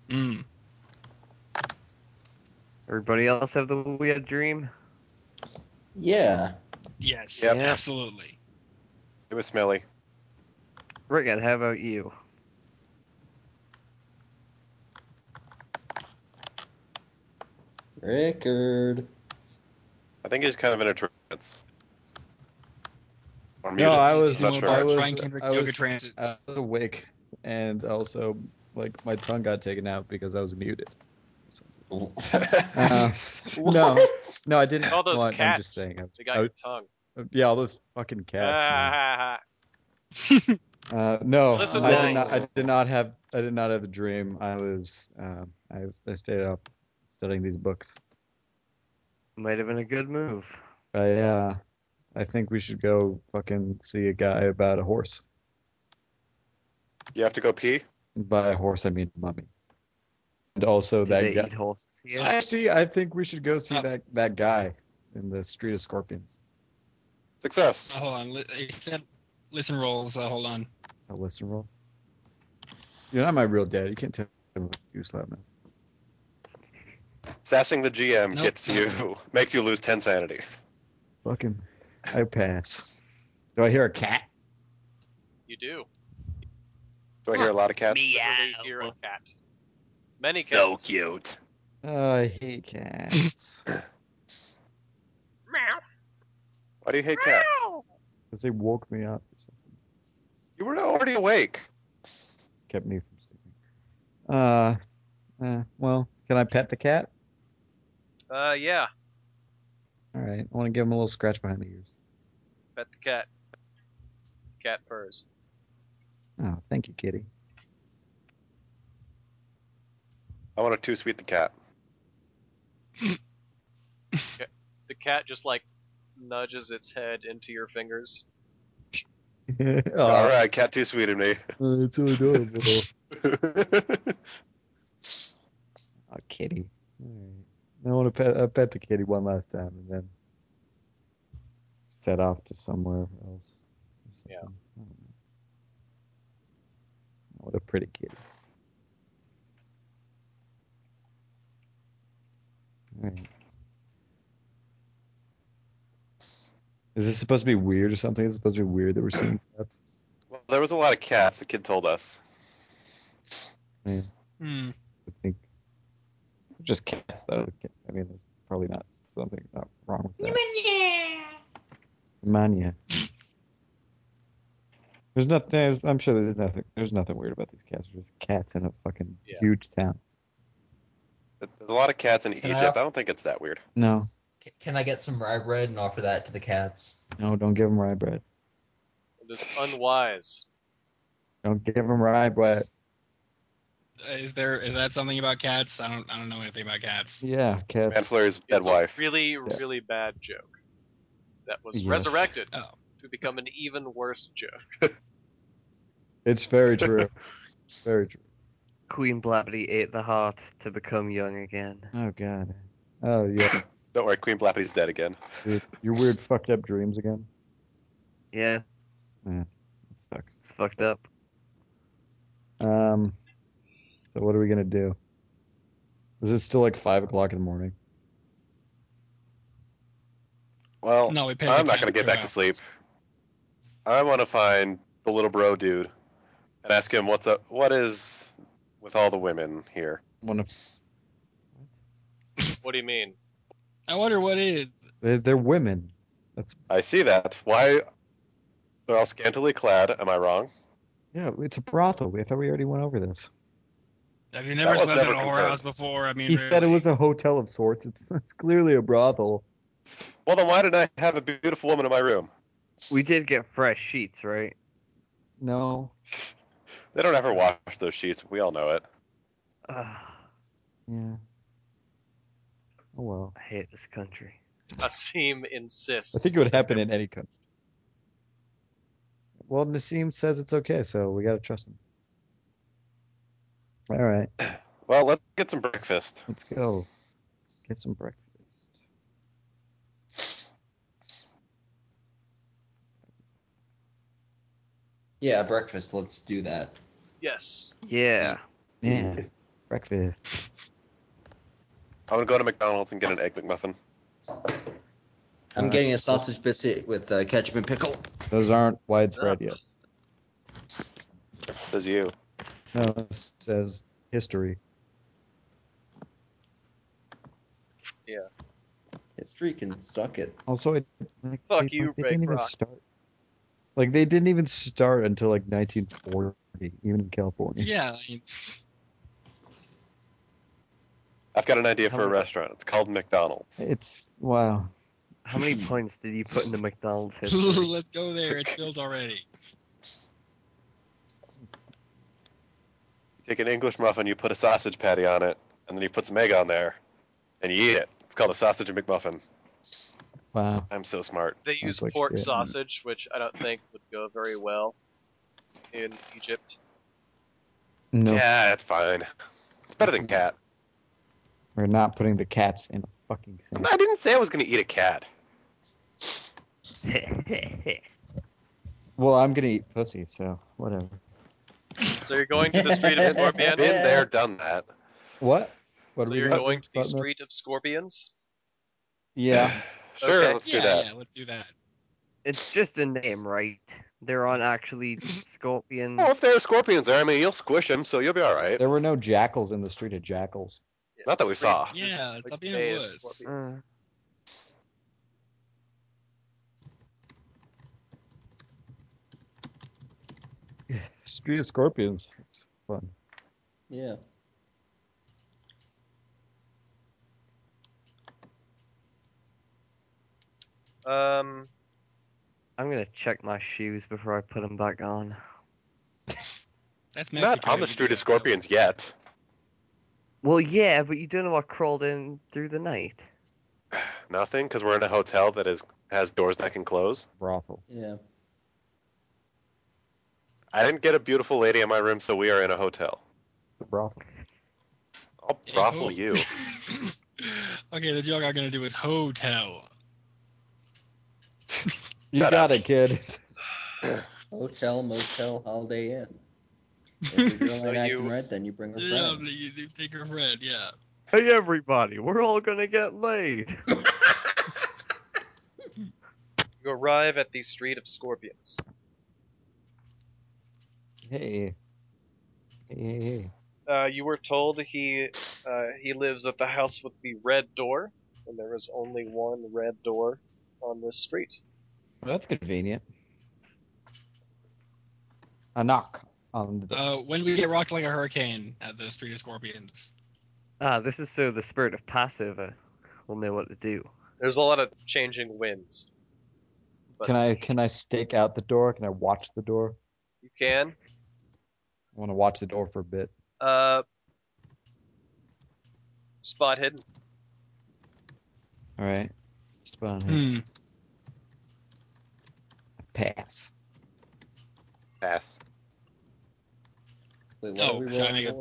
A: Mm.
B: Everybody else have the weird dream?
D: Yeah.
A: Yes,
F: Yep.
A: absolutely.
F: It was smelly.
B: Rickon, how about you?
D: Rickard.
F: I think he's kind of in a trance. Or
C: No,
F: muted.
C: I was,
F: I'm
A: Immobile,
F: not sure.
C: I was,
A: trying Kendrick's
C: I
A: yoga
C: was, uh,
A: trances.
C: I was awake, and also like my tongue got taken out because I was muted. Uh, no,
D: What?
C: no, I didn't.
G: All those
C: well, I- I'm
G: cats.
C: just saying. I was-
G: They got
C: I
G: your
C: was-
G: tongue. Ah,
C: yeah, all those fucking cats. man. Uh, no,
G: Listen,
C: I
G: Lance.
C: did not. I did not have. I did not have a dream. I was. Um, I, was- I stayed up studying these books.
B: Might have been a good move.
C: I. Uh, I think we should go fucking see a guy about a horse.
F: You have to go pee.
C: And by a horse, I mean mummy. And also
B: Do
C: that
B: they
C: guy.
B: eat horses here?
C: Actually, I think we should go see
A: Oh.
C: that that guy in the Street of Scorpions.
F: Success.
A: Uh, hold on. Li- it said- listen rolls. Uh, hold on.
C: A listen roll. You're not my real dad. You can't tell me what you slap now.
F: Sassing the GM
A: Nope.
F: gets you makes you lose ten sanity.
C: Fucking. I pass. Do I hear a cat?
G: You do.
F: Do I hear a lot of cats?
G: Literally hear a cat. Many
F: So
G: cats.
F: cute.
C: Oh, he cats.
F: Why do you hate cats?
C: Because they woke me up.
F: You were already awake.
C: Kept me from sleeping. Uh, uh, well, can I pet the cat?
G: Uh, yeah,
C: All right. I want to give him a little scratch behind the ears.
G: pet the cat. Cat purrs.
C: Oh, thank you, kitty.
F: I want to two sweet the cat.
G: The cat just like nudges its head into your fingers.
F: All
C: Aw,
F: right, cat too sweeted me.
C: uh, Oh, it's so adorable. oh, kitty. All right. I want to pet, uh, pet the kitty one last time and then set off to somewhere else.
G: Yeah.
C: I don't know. What a pretty kitty. All right. Is this supposed to be weird or something? Is it supposed to be weird that we're seeing cats?
F: well, there was a lot of cats. The kid told us.
A: Hmm.
C: I think just cats though. I mean, there's probably not something not wrong with that. Mania. There's nothing. There's, I'm sure there's nothing. There's nothing weird about these cats. They're just cats in a fucking
G: Yeah.
C: huge town.
F: There's a lot of cats in
D: Can I-
F: Egypt. I don't think it's that weird.
C: No,
D: C- Can I get some rye bread and offer that to the cats?
C: no, don't give them rye bread.
G: It is unwise.
C: Don't give them rye bread.
A: Is there is that something about cats? I don't I don't know anything about cats.
C: Yeah,
F: Man
C: cats.
F: Fleury's dead
G: it's
F: wife.
G: a really, really bad joke that was
C: Yes.
G: resurrected
A: Oh.
G: to become an even worse joke.
C: It's very true. very true.
B: Queen Blabbity ate the heart to become young again.
C: Oh god. Oh yeah.
F: Don't worry, Queen Blappity's dead again.
C: Your- Your weird fucked up dreams again.
B: Yeah,
C: That sucks.
B: it's fucked up.
C: Um. So what are we gonna do? Is it still like five o'clock in the morning?
F: Well,
A: No, we picked
F: I'm not gonna get back to sleep. I want to find the little bro dude and ask him what's up. What is with all the women here?
C: One of
G: What do you mean?
A: I wonder what is.
C: they're, they're women. That's
F: I see that. Why? They're all scantily clad. Am I wrong?
C: yeah. It's a brothel. I thought we already went over this.
A: Have you never
F: was
A: slept
F: never
A: in a whorehouse before? I mean,
C: He said it
A: really?
C: was a hotel of sorts. It's, it's clearly a brothel.
F: Well, then why did I have a beautiful woman in my room?
B: We did get fresh sheets, right?
C: No.
F: They don't ever wash those sheets. We all know it.
B: Ugh,
C: Yeah. Oh well.
B: I hate this country.
G: Asim insists.
C: I think it would happen in any country. Well, Nassim says it's okay, so we gotta trust him. All right,
F: Well, let's get some breakfast.
C: let's go get some breakfast.
D: Yeah, breakfast. Let's do that.
G: Yes.
B: Yeah.
C: Yeah, breakfast.
F: I'm gonna go to McDonald's and get an egg McMuffin.
D: I'm
C: Uh,
D: getting a sausage biscuit with uh, ketchup and pickle.
C: Those aren't widespread
G: Uh,
C: yet.
F: Says you.
C: No, it says history.
D: History can suck it.
C: Also, it, like,
G: Fuck
C: they,
G: you,
C: like, they didn't
G: Ray
C: even
G: Kroc.
C: start. Like they didn't even start until like 1940, even in California.
A: Yeah, I mean,
F: I've got an idea for a
B: Hello.
F: restaurant. It's called McDonald's.
C: It's wow.
B: How many points did you put in the McDonald's history?
A: let's go there. It's filled already.
F: You take an English muffin, you put a sausage patty on it, and then you put some egg on there, and you eat it. It's called a sausage McMuffin.
C: Wow.
F: I'm so smart.
G: They use
C: like
G: pork
C: shit.
G: sausage, which I don't think would go very well in Egypt.
C: No,
F: Yeah, it's fine. It's better than cat.
C: we're not putting the cats in a fucking
F: I'm
C: sandwich.
F: not- I didn't say I was going to eat a cat.
C: Well, I'm gonna eat pussy, so whatever.
G: So you're going to the street of
F: Been
G: scorpions.
F: there, done that.
C: What? What
G: So
C: we
G: you're
C: doing?
G: going to the
C: Button up?
G: street of scorpions.
C: Yeah.
F: Sure,
G: Okay.
F: let's
A: yeah,
F: do that.
A: yeah, let's do that.
B: it's just a name, right? They're on actually scorpions.
F: Well, if there are scorpions there, I mean, you'll squish them, so you'll be all right.
C: There were no jackals in the street of jackals.
F: Not that we saw.
A: Yeah,
G: Like,
A: stop being
G: they-
A: a wuss.
B: Uh,
C: Street of scorpions. It's fun.
D: Yeah.
C: Mm.
G: Um,
B: I'm gonna check my shoes before I put them back on.
A: That's
F: Not
A: Mexico,
F: on the
A: you do
F: street
A: that.
F: of scorpions yet.
B: Well, yeah, but you don't know I crawled in through the night.
F: Nothing, because we're in a hotel that is has doors that can close.
C: Brothel.
D: Yeah.
F: I didn't get a beautiful lady in my room, so we are in a hotel.
C: The brothel.
F: I'll
A: Yeah,
F: brothel
A: cool.
F: you.
A: okay, the joke I'm gonna do is hotel.
C: You
F: Shut
C: got
F: up.
C: it, kid.
D: Hotel, motel, holiday inn. If you're
G: So
D: really acting
G: you-
D: right, then you bring her friend.
A: Lovely, you do take her friend, yeah.
B: Hey, everybody, we're all gonna get laid.
G: you arrive at the Street of Scorpions.
C: Hey. Hey, hey, hey.
G: Uh, you were told he uh, he lives at the house with the red door, and there is only one red door on this street.
C: Well, that's convenient. A knock on the door.
A: Uh, when we get rocked like a hurricane at the street of scorpions.
B: ah, this is so the spirit of Passover will know what to do.
G: There's a lot of changing winds. But
C: Can I can I stake out the door? Can I watch the door?
G: You can.
C: I want to watch the door for a bit.
G: Uh, spot hidden.
C: All right. Just about on here.
A: Hmm.
C: Pass.
F: Pass.
D: Wait, what
A: Oh,
D: are we
A: should I make
D: rolling
A: a-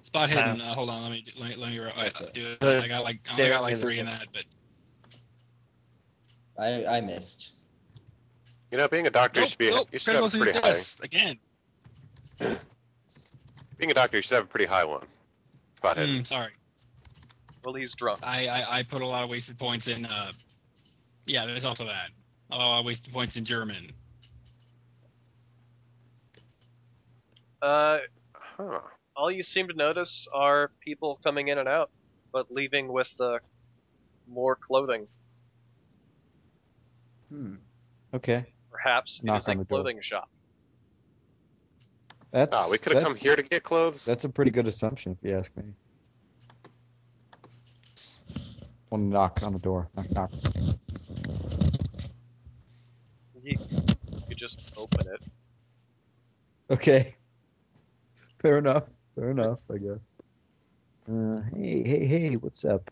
D: for?
A: Spot
B: Wow.
A: hidden. Uh, hold on, let me do, let me, let me ro- I,
D: Okay.
A: do it.
B: The
A: I got like I only
B: stare
A: got like
B: is a-
A: three in that, but
D: I, I missed.
F: You know, being a doctor, you
A: nope,
F: should be
A: nope,
F: you should have
A: critical
F: a pretty high.
A: success again.
F: Being a doctor, you should have a pretty high one. Spot hidden.
A: Hmm, sorry,
G: Well, he's drunk.
A: I, I I put a lot of wasted points in. Uh, yeah, there's also that. A lot of wasted points in German.
G: Uh,
A: Hmm.
F: Huh.
G: all you seem to notice are people coming in and out, but leaving with uh, more clothing.
D: Hmm.
C: Okay.
G: Perhaps it
C: Knock
G: is
C: on
G: a
C: the door.
G: clothing shop.
C: That's
F: Ah, we could have
C: that's,
F: come here to get clothes.
C: that's a pretty good assumption if you ask me. Want to knock on the door. Knock knock.
G: You, you just open it.
C: Okay. Fair enough. Fair enough, I guess. Uh, hey, hey, hey, what's up?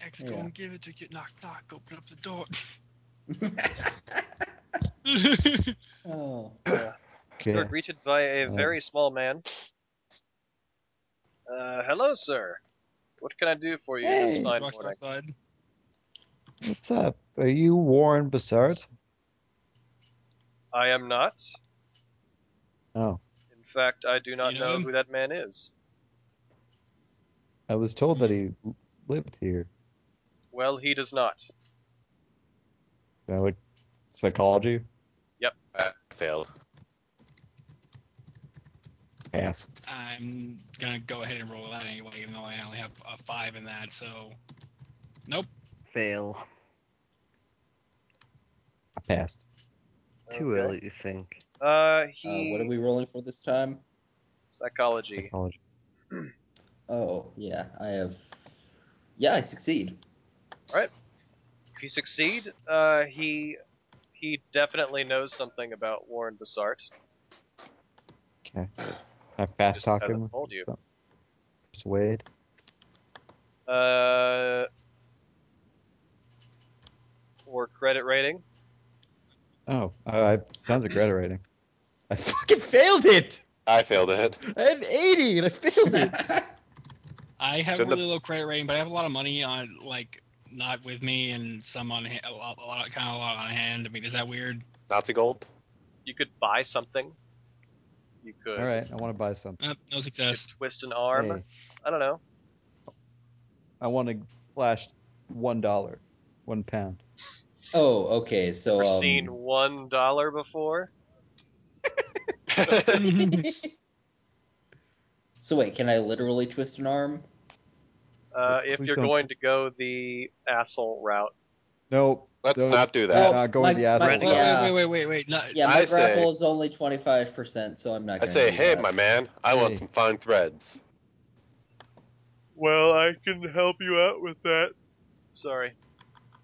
A: X,
D: go Yeah.
A: and give it to you. Knock, knock. Open up the door.
D: Oh.
C: Okay.
G: You're greeted by a
C: Uh.
G: very small man. Uh, hello, sir. What can I do for you this
C: Hey.
G: fine
A: Walks
G: morning?
A: outside.
C: What's up? Are you Warren Bassard?
G: I am not.
C: Oh.
G: In fact, I do not
A: You know
G: know
A: him?
G: who that man is.
C: I was told that he lived here.
G: Well, he does not.
C: That would psychology?
F: Ah, failed.
C: Ass.
A: I'm gonna go ahead and roll that anyway, even though I only have a five in that. So, nope.
B: Fail.
C: I passed.
B: Too
G: Okay.
B: early to think.
G: Uh,
D: Uh, what
G: he
D: are we rolling for this time?
G: psychology.
C: Psychology.
D: Oh, yeah, I have. Yeah, I succeed.
G: If you succeed, uh, he he definitely knows something about Warren Bassart.
C: Okay. Can I fast talk
G: hasn't
C: him?
G: told you.
C: Persuade.
G: Uh, or credit rating.
C: Oh, I I- sounds exaggerating. I fucking failed it.
F: I failed it.
C: I had an eighty and I failed it.
A: I have
F: Shouldn't have-
A: really low credit rating, but I have a lot of money on like not with me and some on ha- a lot, a lot kind of a lot on hand. I mean, is that weird?
F: Nazi gold.
G: You could buy something. You could
C: All right, I want to buy something.
A: Uh, no
G: you could
A: success.
G: twist an arm.
C: Hey,
G: I don't know.
C: I want to flash one dollar, one pound.
D: Oh, okay. So
G: Ever
D: um,
G: seen one dollar before?
D: so wait, can I literally twist an arm?
G: Uh, if
C: please
G: you're
C: don't.
G: going to go the asshole route,
C: Nope.
F: Let's
C: Don't-
F: not do
D: Well,
F: that.
C: Uh, go
D: my-
C: in the asshole.
D: my-
A: Wait,
D: yeah.
A: wait, wait, wait, wait, wait. No,
D: Yeah, my
F: I say-
D: grapple is only twenty five percent, so I'm not.
F: I
D: Gonna
F: say,
D: do
F: hey,
D: that.
F: my man, I want
C: Hey.
F: some fine threads.
G: well, I can help you out with that. Sorry.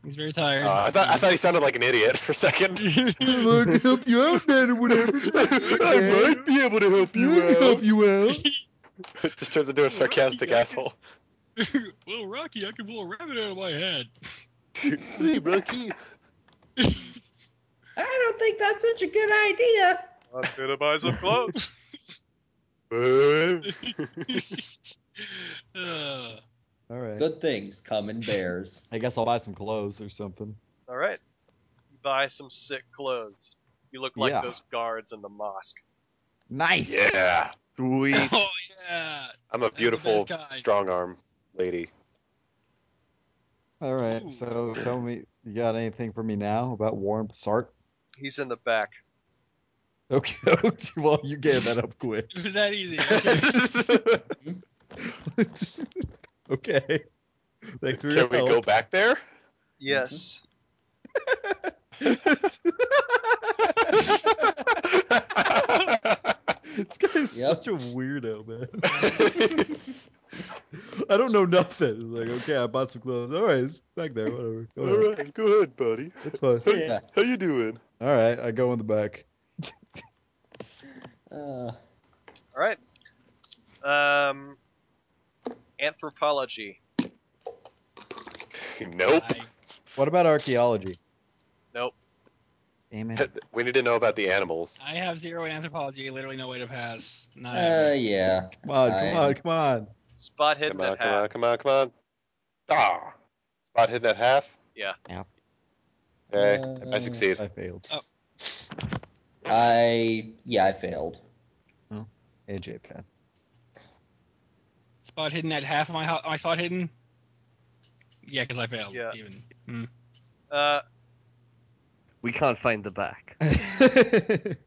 A: he's very tired.
F: Uh, I thought I thought he sounded like an idiot for a second.
C: I can help you out, man, or whatever.
F: I might be able to help
C: You
F: you out.
C: help you out.
F: It just turns into a sarcastic asshole.
A: well, Rocky, I can pull a rabbit out of my head.
F: hey, Rocky.
D: I don't think that's such a good idea.
G: I'm gonna buy some clothes.
A: Uh,
C: All right.
D: Good things come in bears.
C: I guess I'll buy some clothes or something.
G: All right. Buy some sick clothes. You look like
C: Yeah.
G: those guards in the mosque.
C: Nice.
F: yeah,
B: Sweet.
A: oh yeah.
F: I'm a
A: the
F: beautiful
A: best guy.
F: strong arm lady.
C: All right.
A: Ooh.
C: So tell me, you got anything for me now about Warren Sark?
G: He's in the back.
C: Okay. well, you gave that up quick.
A: It was that easy.
C: okay. Thanks for
F: Can we go back there?
G: Yes.
C: This guy's
D: Yep.
C: such a weirdo, man. I don't know nothing. It's like, okay, I bought some clothes. All right, it's back there. Whatever. Go ahead.
F: right, go ahead, buddy.
C: It's fine.
D: Yeah.
F: How you doing?
C: All right, I go in the back.
D: Uh,
G: All right. Um, anthropology.
F: Nope.
A: I-
C: What about archaeology?
G: Nope.
C: Damn it.
F: We need to know about the animals.
A: I have zero in anthropology. Literally no way to pass. Not
D: uh, yeah.
C: Come on, come
D: I-
C: on, come on.
G: Spot hidden
F: Come on,
G: at
F: come
G: half.
F: on, come on, come on. Ah, spot hidden at half.
G: Yeah.
C: Yeah.
F: Okay,
D: Uh,
F: I succeed.
C: I failed.
A: Oh.
D: I yeah, I failed.
C: AJ passed.
A: spot hidden at half of my ho- my spot hidden. Yeah, because I failed.
G: Yeah.
A: Even.
G: Uh,
B: We can't find the back.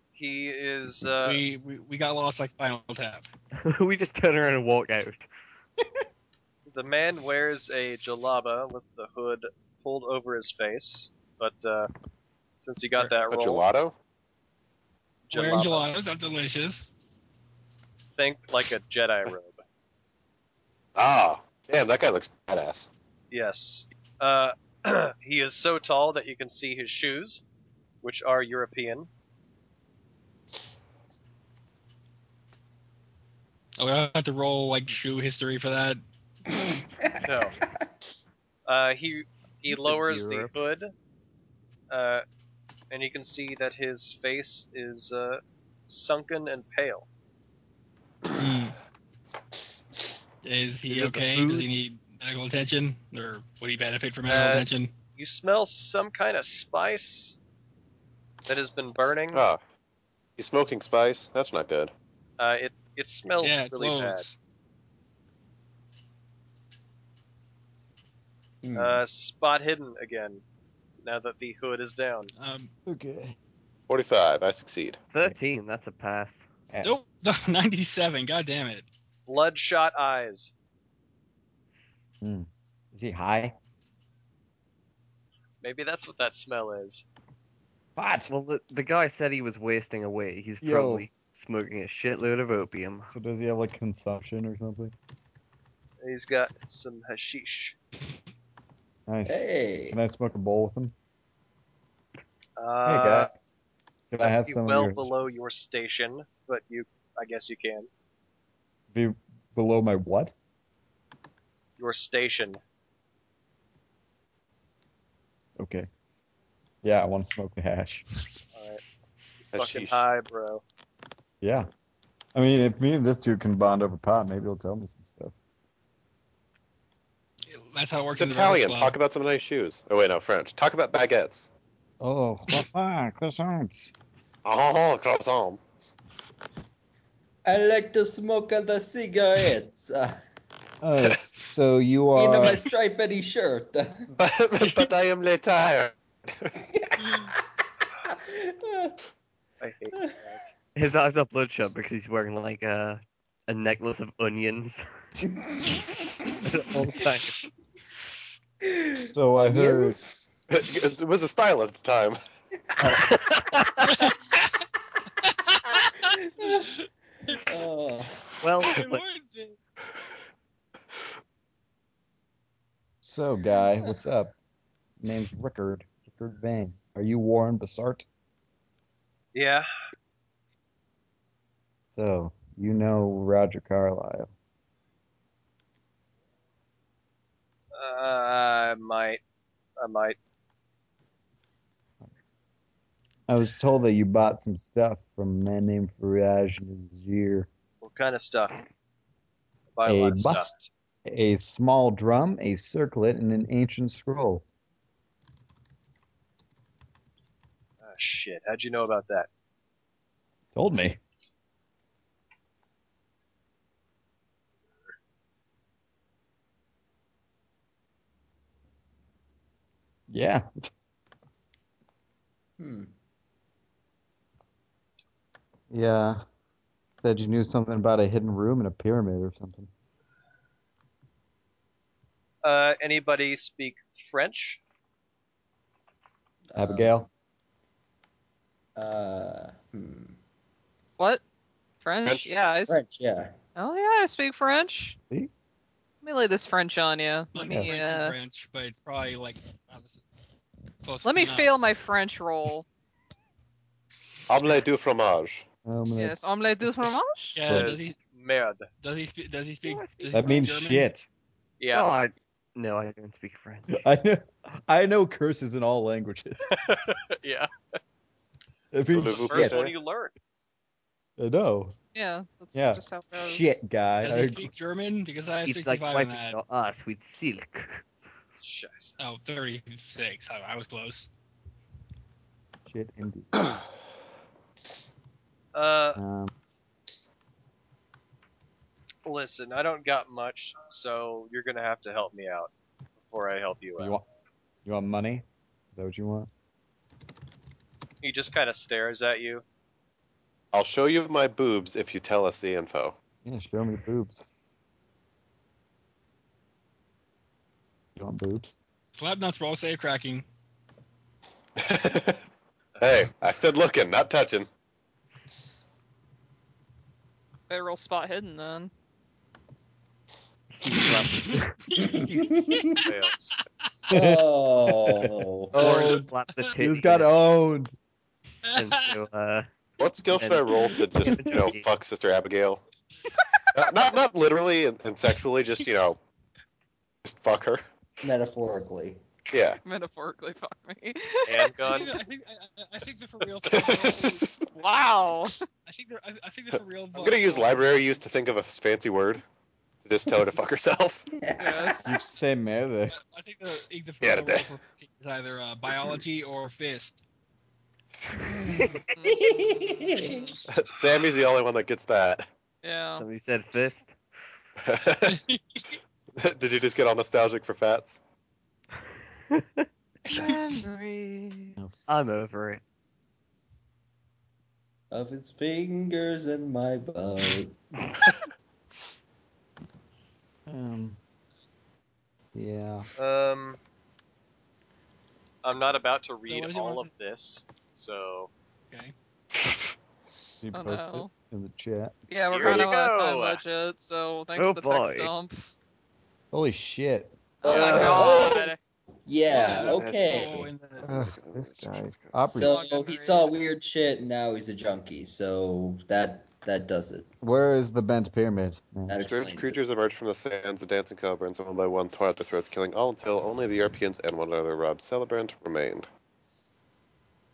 G: he is. Uh,
A: we, we we got lost like Spinal Tap.
B: we just turn around and walk out.
G: The man wears a jalaba with the hood pulled over his face, but uh, since he got that
F: A
G: roll,
F: gelato?
A: Wearing
G: jalaba.
A: gelatos are delicious.
G: think like a Jedi robe.
F: Ah, damn, that guy looks badass.
G: Yes. Uh, he is so tall that you can see his shoes, which are European.
A: Oh, we don't have to roll like shoe history for that.
G: No. Uh, he he
B: You said
G: lowers the
B: Europe.
G: hood, uh, and you can see that his face is uh, sunken and pale.
A: Hmm. Is
B: Is
A: he
B: it the
A: okay? Does
B: food?
A: he need medical attention, or would he benefit from
G: Uh,
A: medical attention?
G: You smell some kind of spice that has been burning.
F: Ah, he's smoking spice. That's not good.
G: Uh, it it smells
A: Yeah, it's
G: really
A: loads.
D: Hmm.
G: bad. Uh, spot hidden again. Now that the hood is down.
A: Um,
C: okay.
F: 45, I succeed.
B: Thirteen. That's a pass.
A: oh, 97. God damn it.
G: Bloodshot eyes.
C: Is he high?
G: Maybe that's what that smell is.
C: What?
B: Well, the, the guy said he was wasting away. He's
C: Yo.
B: probably smoking a shitload of opium.
C: So does he have like consumption or something?
G: He's got some hashish.
C: Nice.
D: Hey.
C: Can I smoke a bowl with him? hey,
G: Uh,
C: guy. Can I have
G: be
C: some
G: well
C: of your,
G: below your station, but you, I guess you can.
C: be below my what?
G: Your station.
C: Okay. Yeah, I want to smoke the hash.
G: Fucking
F: Hashish.
G: high, bro.
C: Yeah. I mean, if me and this dude can bond over pot, maybe he'll tell me some stuff.
A: That's how it works
F: It's
A: in the Breakfast
F: Italian.
A: Club.
F: Talk about some nice shoes. Oh, wait, no, French. Talk about baguettes.
C: Oh, croissants.
F: Oh, croissant.
D: I like to smoke the cigarettes uh,
C: Uh, so you
D: in
C: are
D: my stripedy shirt. Uh,
F: But, but I am late tired.
G: I hate you guys.
B: His eyes are bloodshot because he's wearing like a a necklace of onions. All time.
C: So I heard.
D: Onions?
F: it was a style at the time.
D: Oh.
B: Well,
A: Lord,
C: So guy, what's up? Name's Rickard. Rickard Vane. Are you Warren Bassart?
G: Yeah,
C: So you know Roger Carlyle.
G: uh, I might. I might.
C: I was told that you bought some stuff from a man named Farage and Azir.
G: What kind of stuff? I buy
C: A
G: a lot of stuff.
C: bust, a small drum, a circlet, and an ancient scroll.
G: Ah, shit, how'd you know about that?
C: Told me. Yeah.
D: Hmm.
C: Yeah. Said you knew something about a hidden room in a pyramid or something.
G: Uh, anybody speak French?
D: Um,
C: Abigail?
D: Uh, hmm.
E: What? French?
F: French?
E: Yeah. I s-
D: French, yeah.
E: Oh yeah, I speak French.
C: See?
E: Let me lay this French on you. Let
A: like
E: me.
A: French
E: uh,
A: and French, but it's probably like not the s- close
E: Let me
A: enough.
E: fail my French roll.
F: Omelette du fromage.
C: Um,
E: yes, omelette du fromage.
A: Yeah, does
G: Says
A: he
G: merde.
A: does he speak does he speak? Does he
C: That
A: speak
C: means
A: German?
C: shit.
G: Yeah.
B: Oh, I, no, I don't speak French.
C: I know, I know curses in all languages.
G: yeah.
C: It
F: means
C: means
F: Those
G: The
F: are the Shit.
G: first
C: shit.
G: one you learn.
C: I know.
E: Yeah. That's
C: Yeah.
E: just how it goes.
C: Shit, guy.
A: Does he speak German? Because I have
B: It's like
A: 65 on
B: wiping
A: that.
B: your ass with silk.
G: Scheiße.
A: Oh, 36. I, I was close.
C: Shit, indeed.
G: Uh,
C: Um,
G: listen, I don't got much, so you're gonna have to help me out before I help you out.
C: you, want, you want money? Is that what you want?
G: He just kind of stares at you.
F: I'll show you my boobs if you tell us the info.
C: Yeah, show me boobs. You want boobs?
A: Slap nuts roll save cracking.
F: hey, I said looking, not touching.
E: Better roll spot hidden then.
G: Fails.
D: Oh.
B: Warren slapped the titty.
C: He's got owned.
B: And so, uh,
F: What skill should I roll to just, you know, fuck Sister Abigail? not, not, not literally and, and sexually, just, you know, just fuck her.
D: Metaphorically.
F: Yeah.
E: Metaphorically, fuck me.
G: Handgun.
A: I think, I, I- I think the for real. I
F: I'm
E: wow.
A: think the, I, I think the for real.
F: gonna use library use to think of a fancy word to just tell her to fuck herself.
E: Yes.
C: Say mother.
A: I think the, I think the for
F: Yeah,
A: real
F: that-
A: roll for is either uh, biology or fist.
F: Sammy's the only one that gets that.
E: Mm-hmm. Yeah.
B: somebody said fist.
F: Did you just get all nostalgic for fats?
E: Memories.
B: I'm over it.
D: of his fingers and my butt.
C: Um, yeah.
G: Um, I'm not about to
A: what
G: read
A: does he
G: all of
A: want
G: this, so
A: Okay.
C: She
E: Oh,
C: posted
E: no.
C: in the chat.
E: Yeah, we're
G: Here
E: kind
G: we
E: of on
G: go.
E: a time budget, so thanks
B: Oh,
E: for the text
B: boy.
E: dump.
C: Holy shit.
E: Oh my
F: Uh,
E: god.
D: Yeah,
A: Yeah,
D: okay.
A: Oh, and the-
C: Ugh, this guy. Opry,
D: So he saw weird shit and now he's a junkie. So that that does it.
C: where is the bent pyramid? Yeah.
D: That
F: Strange
D: explains it.
F: creatures emerge from the sands, the dancing celebrants, one by one, tore at their throats, killing all until only the Europeans and one other robbed celebrant remained.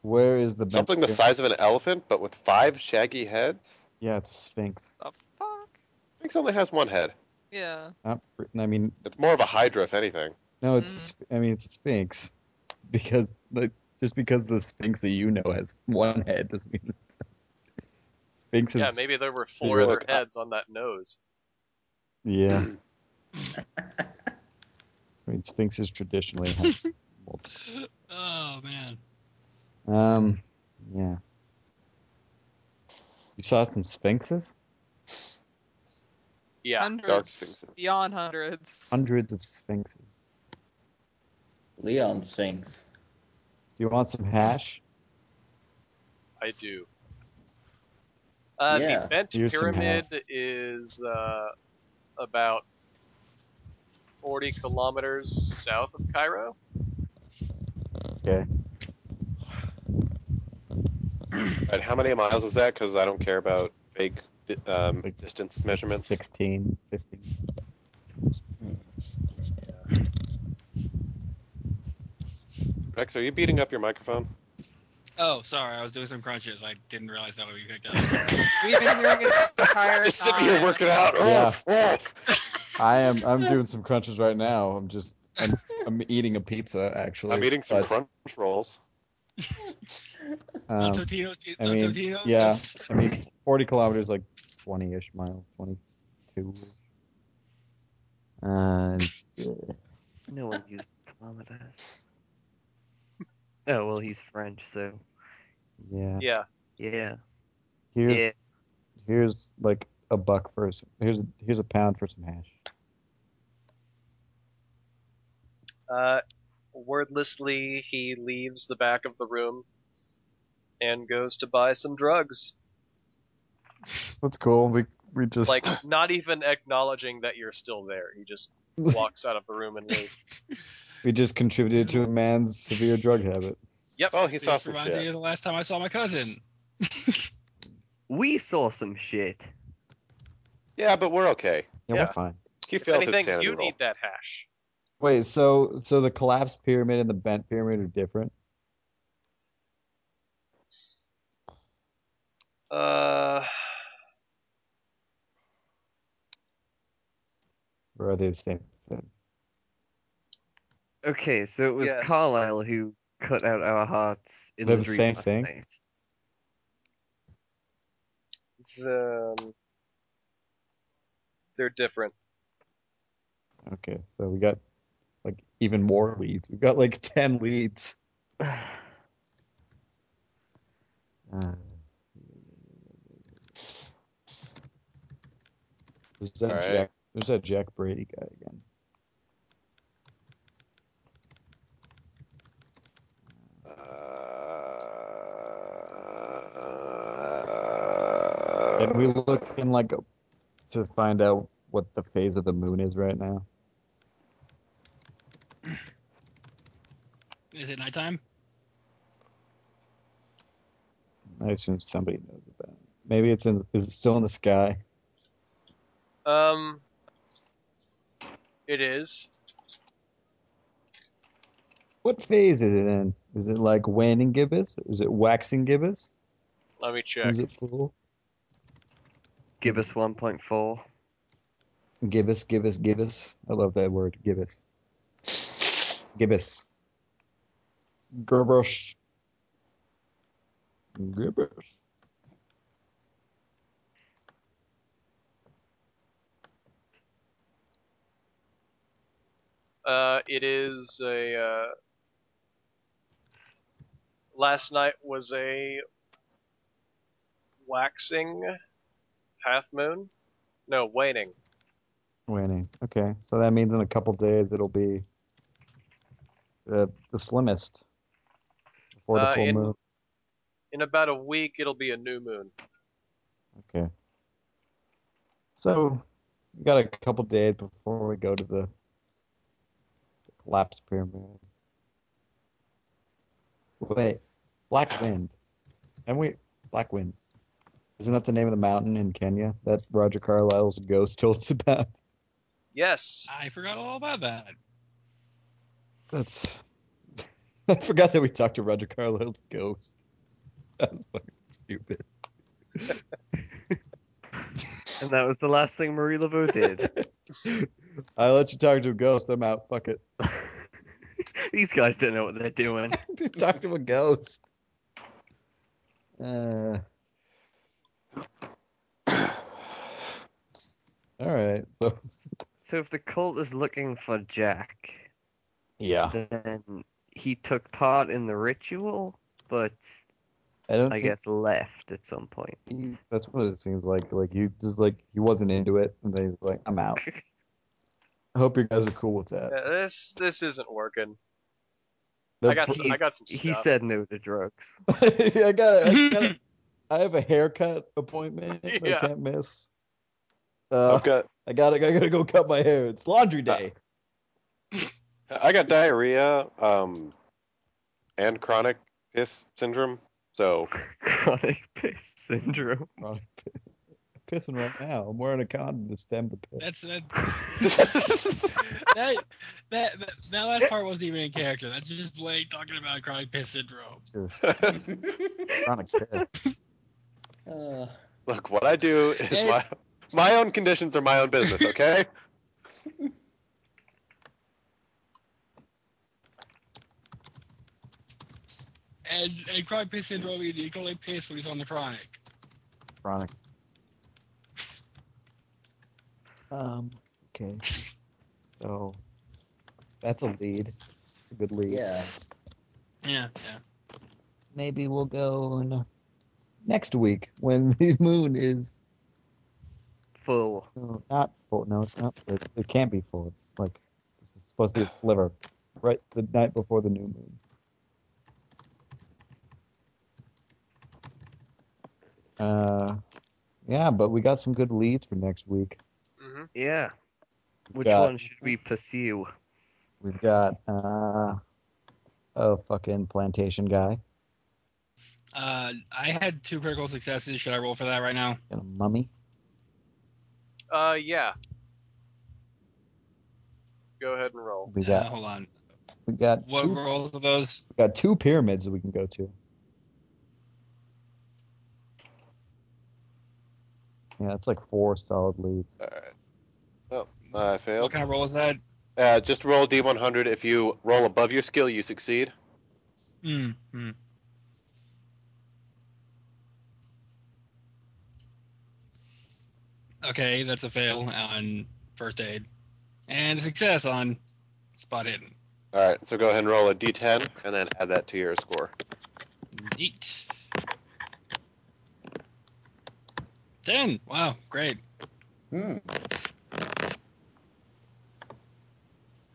C: Where is the bent
F: Something the
C: pyramid?
F: size of an elephant, but with five shaggy heads?
C: Yeah, it's a sphinx.
E: The fuck?
F: Sphinx only has one head.
E: Yeah.
C: Not, I mean,
F: It's more of a hydra, if anything.
C: No, it's I mean it's Sphinx, because like just because the Sphinx that you know has one head doesn't mean Sphinx is
G: yeah, maybe there were four
C: You're
G: other
C: like, uh,
G: heads on that nose.
C: yeah.
F: mm.
C: I mean Sphinx is traditionally.
A: Oh man.
C: Um, yeah. You saw some sphinxes?
G: Yeah.
F: dark
E: hundreds,
F: sphinxes.
E: beyond hundreds.
C: Hundreds of sphinxes. Do
D: Leon Sphinx.
C: you want some hash?
G: I do. Uh,
D: Yeah.
G: The bent
C: Here's some
G: pyramid is uh, about 40 kilometers south of Cairo.
F: Right, how many miles is that? Because I don't care about vague um,
C: Like
F: distance measurements.
C: 16, 15.
F: Rex, are you beating up your microphone?
A: Oh, sorry. I was doing some crunches. I didn't realize that would be picked up.
E: We've been hearing it the entire
F: Just sitting here
E: time.
F: working out.
C: Yeah.
F: Oof, oof.
C: I am. I'm doing some crunches right now. I'm just. I'm, I'm eating a pizza actually.
F: I'm eating some
C: but,
F: crunch rolls.
C: um,
A: El Totino,
C: I
A: El
C: mean,
A: Totino.
C: yeah. I mean, 40 kilometers, like 20 ish miles, 22 ish. Uh,
B: No one uses kilometers. Oh well, he's French, so
C: yeah.
G: Yeah.
B: yeah,
C: Here's,
B: yeah.
C: here's like a buck for some, here's a, here's a pound for some hash.
G: Uh, wordlessly, he leaves the back of the room and goes to buy some drugs.
C: That's cool. We we just
G: Like, not even acknowledging that you're still there. He just walks out of the room and leaves.
C: we just contributed to a man's severe drug habit.
F: Oh, he saw
A: This
F: some
A: reminds me
F: shit.
A: of the last time I saw my cousin.
B: We saw some shit.
F: Yeah, but we're okay.
C: Yeah,
G: Yeah.
C: we're fine.
F: He
G: If
F: failed his
G: anything,
F: sanity
G: you
F: roll.
G: need that hash.
C: Wait, so so the collapsed pyramid and the bent pyramid are different?
G: Uh,
C: Or are they the same thing?
B: Okay, so it was
G: Yes.
B: Carlyle who cut out our hearts in
C: They're
B: the
C: the
B: dream
C: same
B: last
C: thing?
B: night.
G: the, they're different.
C: Okay, so we got like even more leads. We've got like ten leads. Uh, there's that
F: All right.
C: Jack there's that Jack Brady guy again. And we
F: Uh,
C: look in like a- to find out what the phase of the moon is right now.
A: Is it nighttime?
C: I assume somebody knows about it. Maybe it's in is it still in the sky?
G: Um, it is.
C: What phase is it in? Is it like waning gibbous? Is it waxing gibbous?
G: Let me check.
C: Is it full?
B: Give us 1.4.
C: Gibbous, gibbous, gibbous. I love that word, gibbous. Gibbous. Gibbous. Gibbous.
G: Uh, it is a. Uh, last night was a waxing half moon. No, waning.
C: Waning. Okay, so that means in a couple days it'll be the the slimmest before the
G: Uh,
C: full
G: in-
C: moon.
G: In about a week, it'll be a new moon.
C: Okay. So we got a couple days before we go to the collapse pyramid. Wait, Black Wind. And we Black Wind. Isn't that the name of the mountain in Kenya that Roger Carlyle's ghost told us about?
G: Yes.
A: I forgot all about that.
C: That's I forgot that we talked to Roger Carlyle's ghost. That was fucking stupid.
B: And that was the last thing Marie Laveau did.
C: I let you talk to a ghost, I'm out. Fuck it.
B: These guys don't know what they're doing.
C: talk to a ghost. Uh, all right. So
B: So if the cult is looking for Jack,
C: yeah,
B: then he took part in the ritual, but
C: I don't
B: I
C: think
B: guess left at some point.
C: he- that's what it seems like. Like he just like he wasn't into it, and then he's like, "I'm out." I hope you guys are cool with that.
G: Yeah, Uh, this this isn't working.
C: The
G: I got
C: pl-
G: some, I got some stuff.
B: He said no to drugs.
C: I got. I, got I have a haircut appointment.
G: Yeah.
C: I can't miss. Uh,
F: I've got
C: I got. I gotta go cut my hair. It's laundry
G: Uh,
C: day.
F: I got diarrhea, um, and chronic piss syndrome. So
B: Chronic piss syndrome.
C: I'm pissing right now. I'm wearing a condom to stem the piss.
A: That's that. that, that, that now that part wasn't even in character. That's just Blake talking about chronic piss syndrome.
C: Chronic piss.
D: Uh,
F: look, what I do is
A: Hey.
F: my my own conditions are my own business. Okay.
A: And and chronic piss syndrome means he can only piss when he's on the chronic.
C: Chronic. Um. Okay. So that's a lead. A good lead.
D: yeah.
A: Yeah, yeah.
C: maybe we'll go on next week when the moon is
B: Full.
C: no, not full. No, it's not. It, it can't be full. It's like it's supposed to be a sliver, right? The night before the new moon. Uh, yeah, but we got some good leads for next week.
G: Mhm.
B: Yeah. Which
C: Got-
B: one should we pursue?
C: We've got uh, a fucking plantation guy
A: Uh, I had two critical successes. Should I roll for that right now?
C: and a mummy.
G: Uh, yeah. Go ahead and roll.
C: We
A: Uh,
C: got
A: hold on.
C: we got
A: What
C: two,
A: rolls are those?
C: we got two pyramids that we can go to. Yeah, that's like four solid leads.
F: All right. Oh, I
A: What
F: failed.
A: kind of roll is that?
F: Uh, just roll d100. If you roll above your skill, you succeed.
A: Hmm. hmm. Okay, that's a fail on first aid, and a success on spot hidden.
F: All right. So go ahead and roll a d10 and then add that to your score.
A: Neat. Ten. Wow, great,
D: Hmm.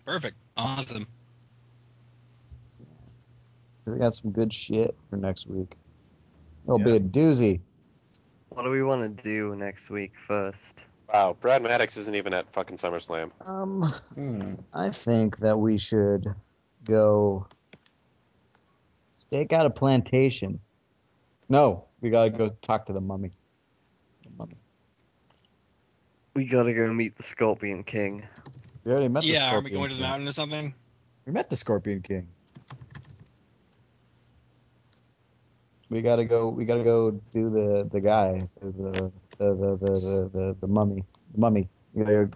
A: perfect, awesome.
C: We got some good shit for next week. It'll be a doozy.
B: What do we want to do next week first?
F: Wow. Brad Maddox isn't even at fucking SummerSlam.
C: Um,
D: Hmm.
C: I think that we should go stake out a plantation. No, we gotta go talk to the mummy. The mummy.
B: We gotta go meet the Scorpion King.
C: We already met the
A: Yeah, are
C: scorpion
A: we going to the
C: king.
A: mountain or something?
C: We met the Scorpion King. We gotta go. We gotta go do the the guy, the the the the the, the, the, the mummy, the mummy. We gotta go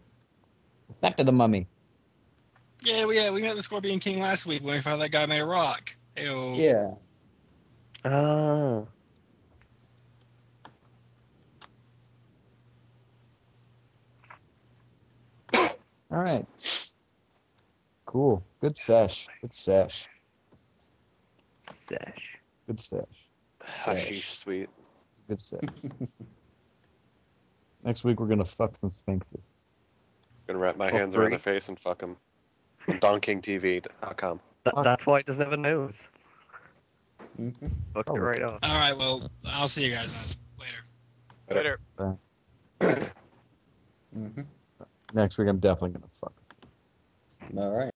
C: back to the mummy.
A: Yeah, we yeah, we met the Scorpion King last week when we found that guy made a rock. Ew.
D: Yeah.
B: Ah.
C: All right. Cool. Good sesh. Good sesh.
B: Sesh.
C: Good sesh.
F: Hashish, sweet.
C: Good sesh. Next week we're gonna fuck some sphinxes.
F: Gonna wrap my
B: Oh,
F: hands around
B: great.
F: their face and fuck them. On DonKingTV.com.
B: That,
C: Fuck.
B: that's why it doesn't have a nose.
D: Mhm.
B: Fucked
C: Oh.
B: it right off.
A: All right. Well, I'll see you guys uh, later.
G: Later.
D: Mhm. mm-hmm.
C: Next week I'm definitely gonna fuck.
D: All right.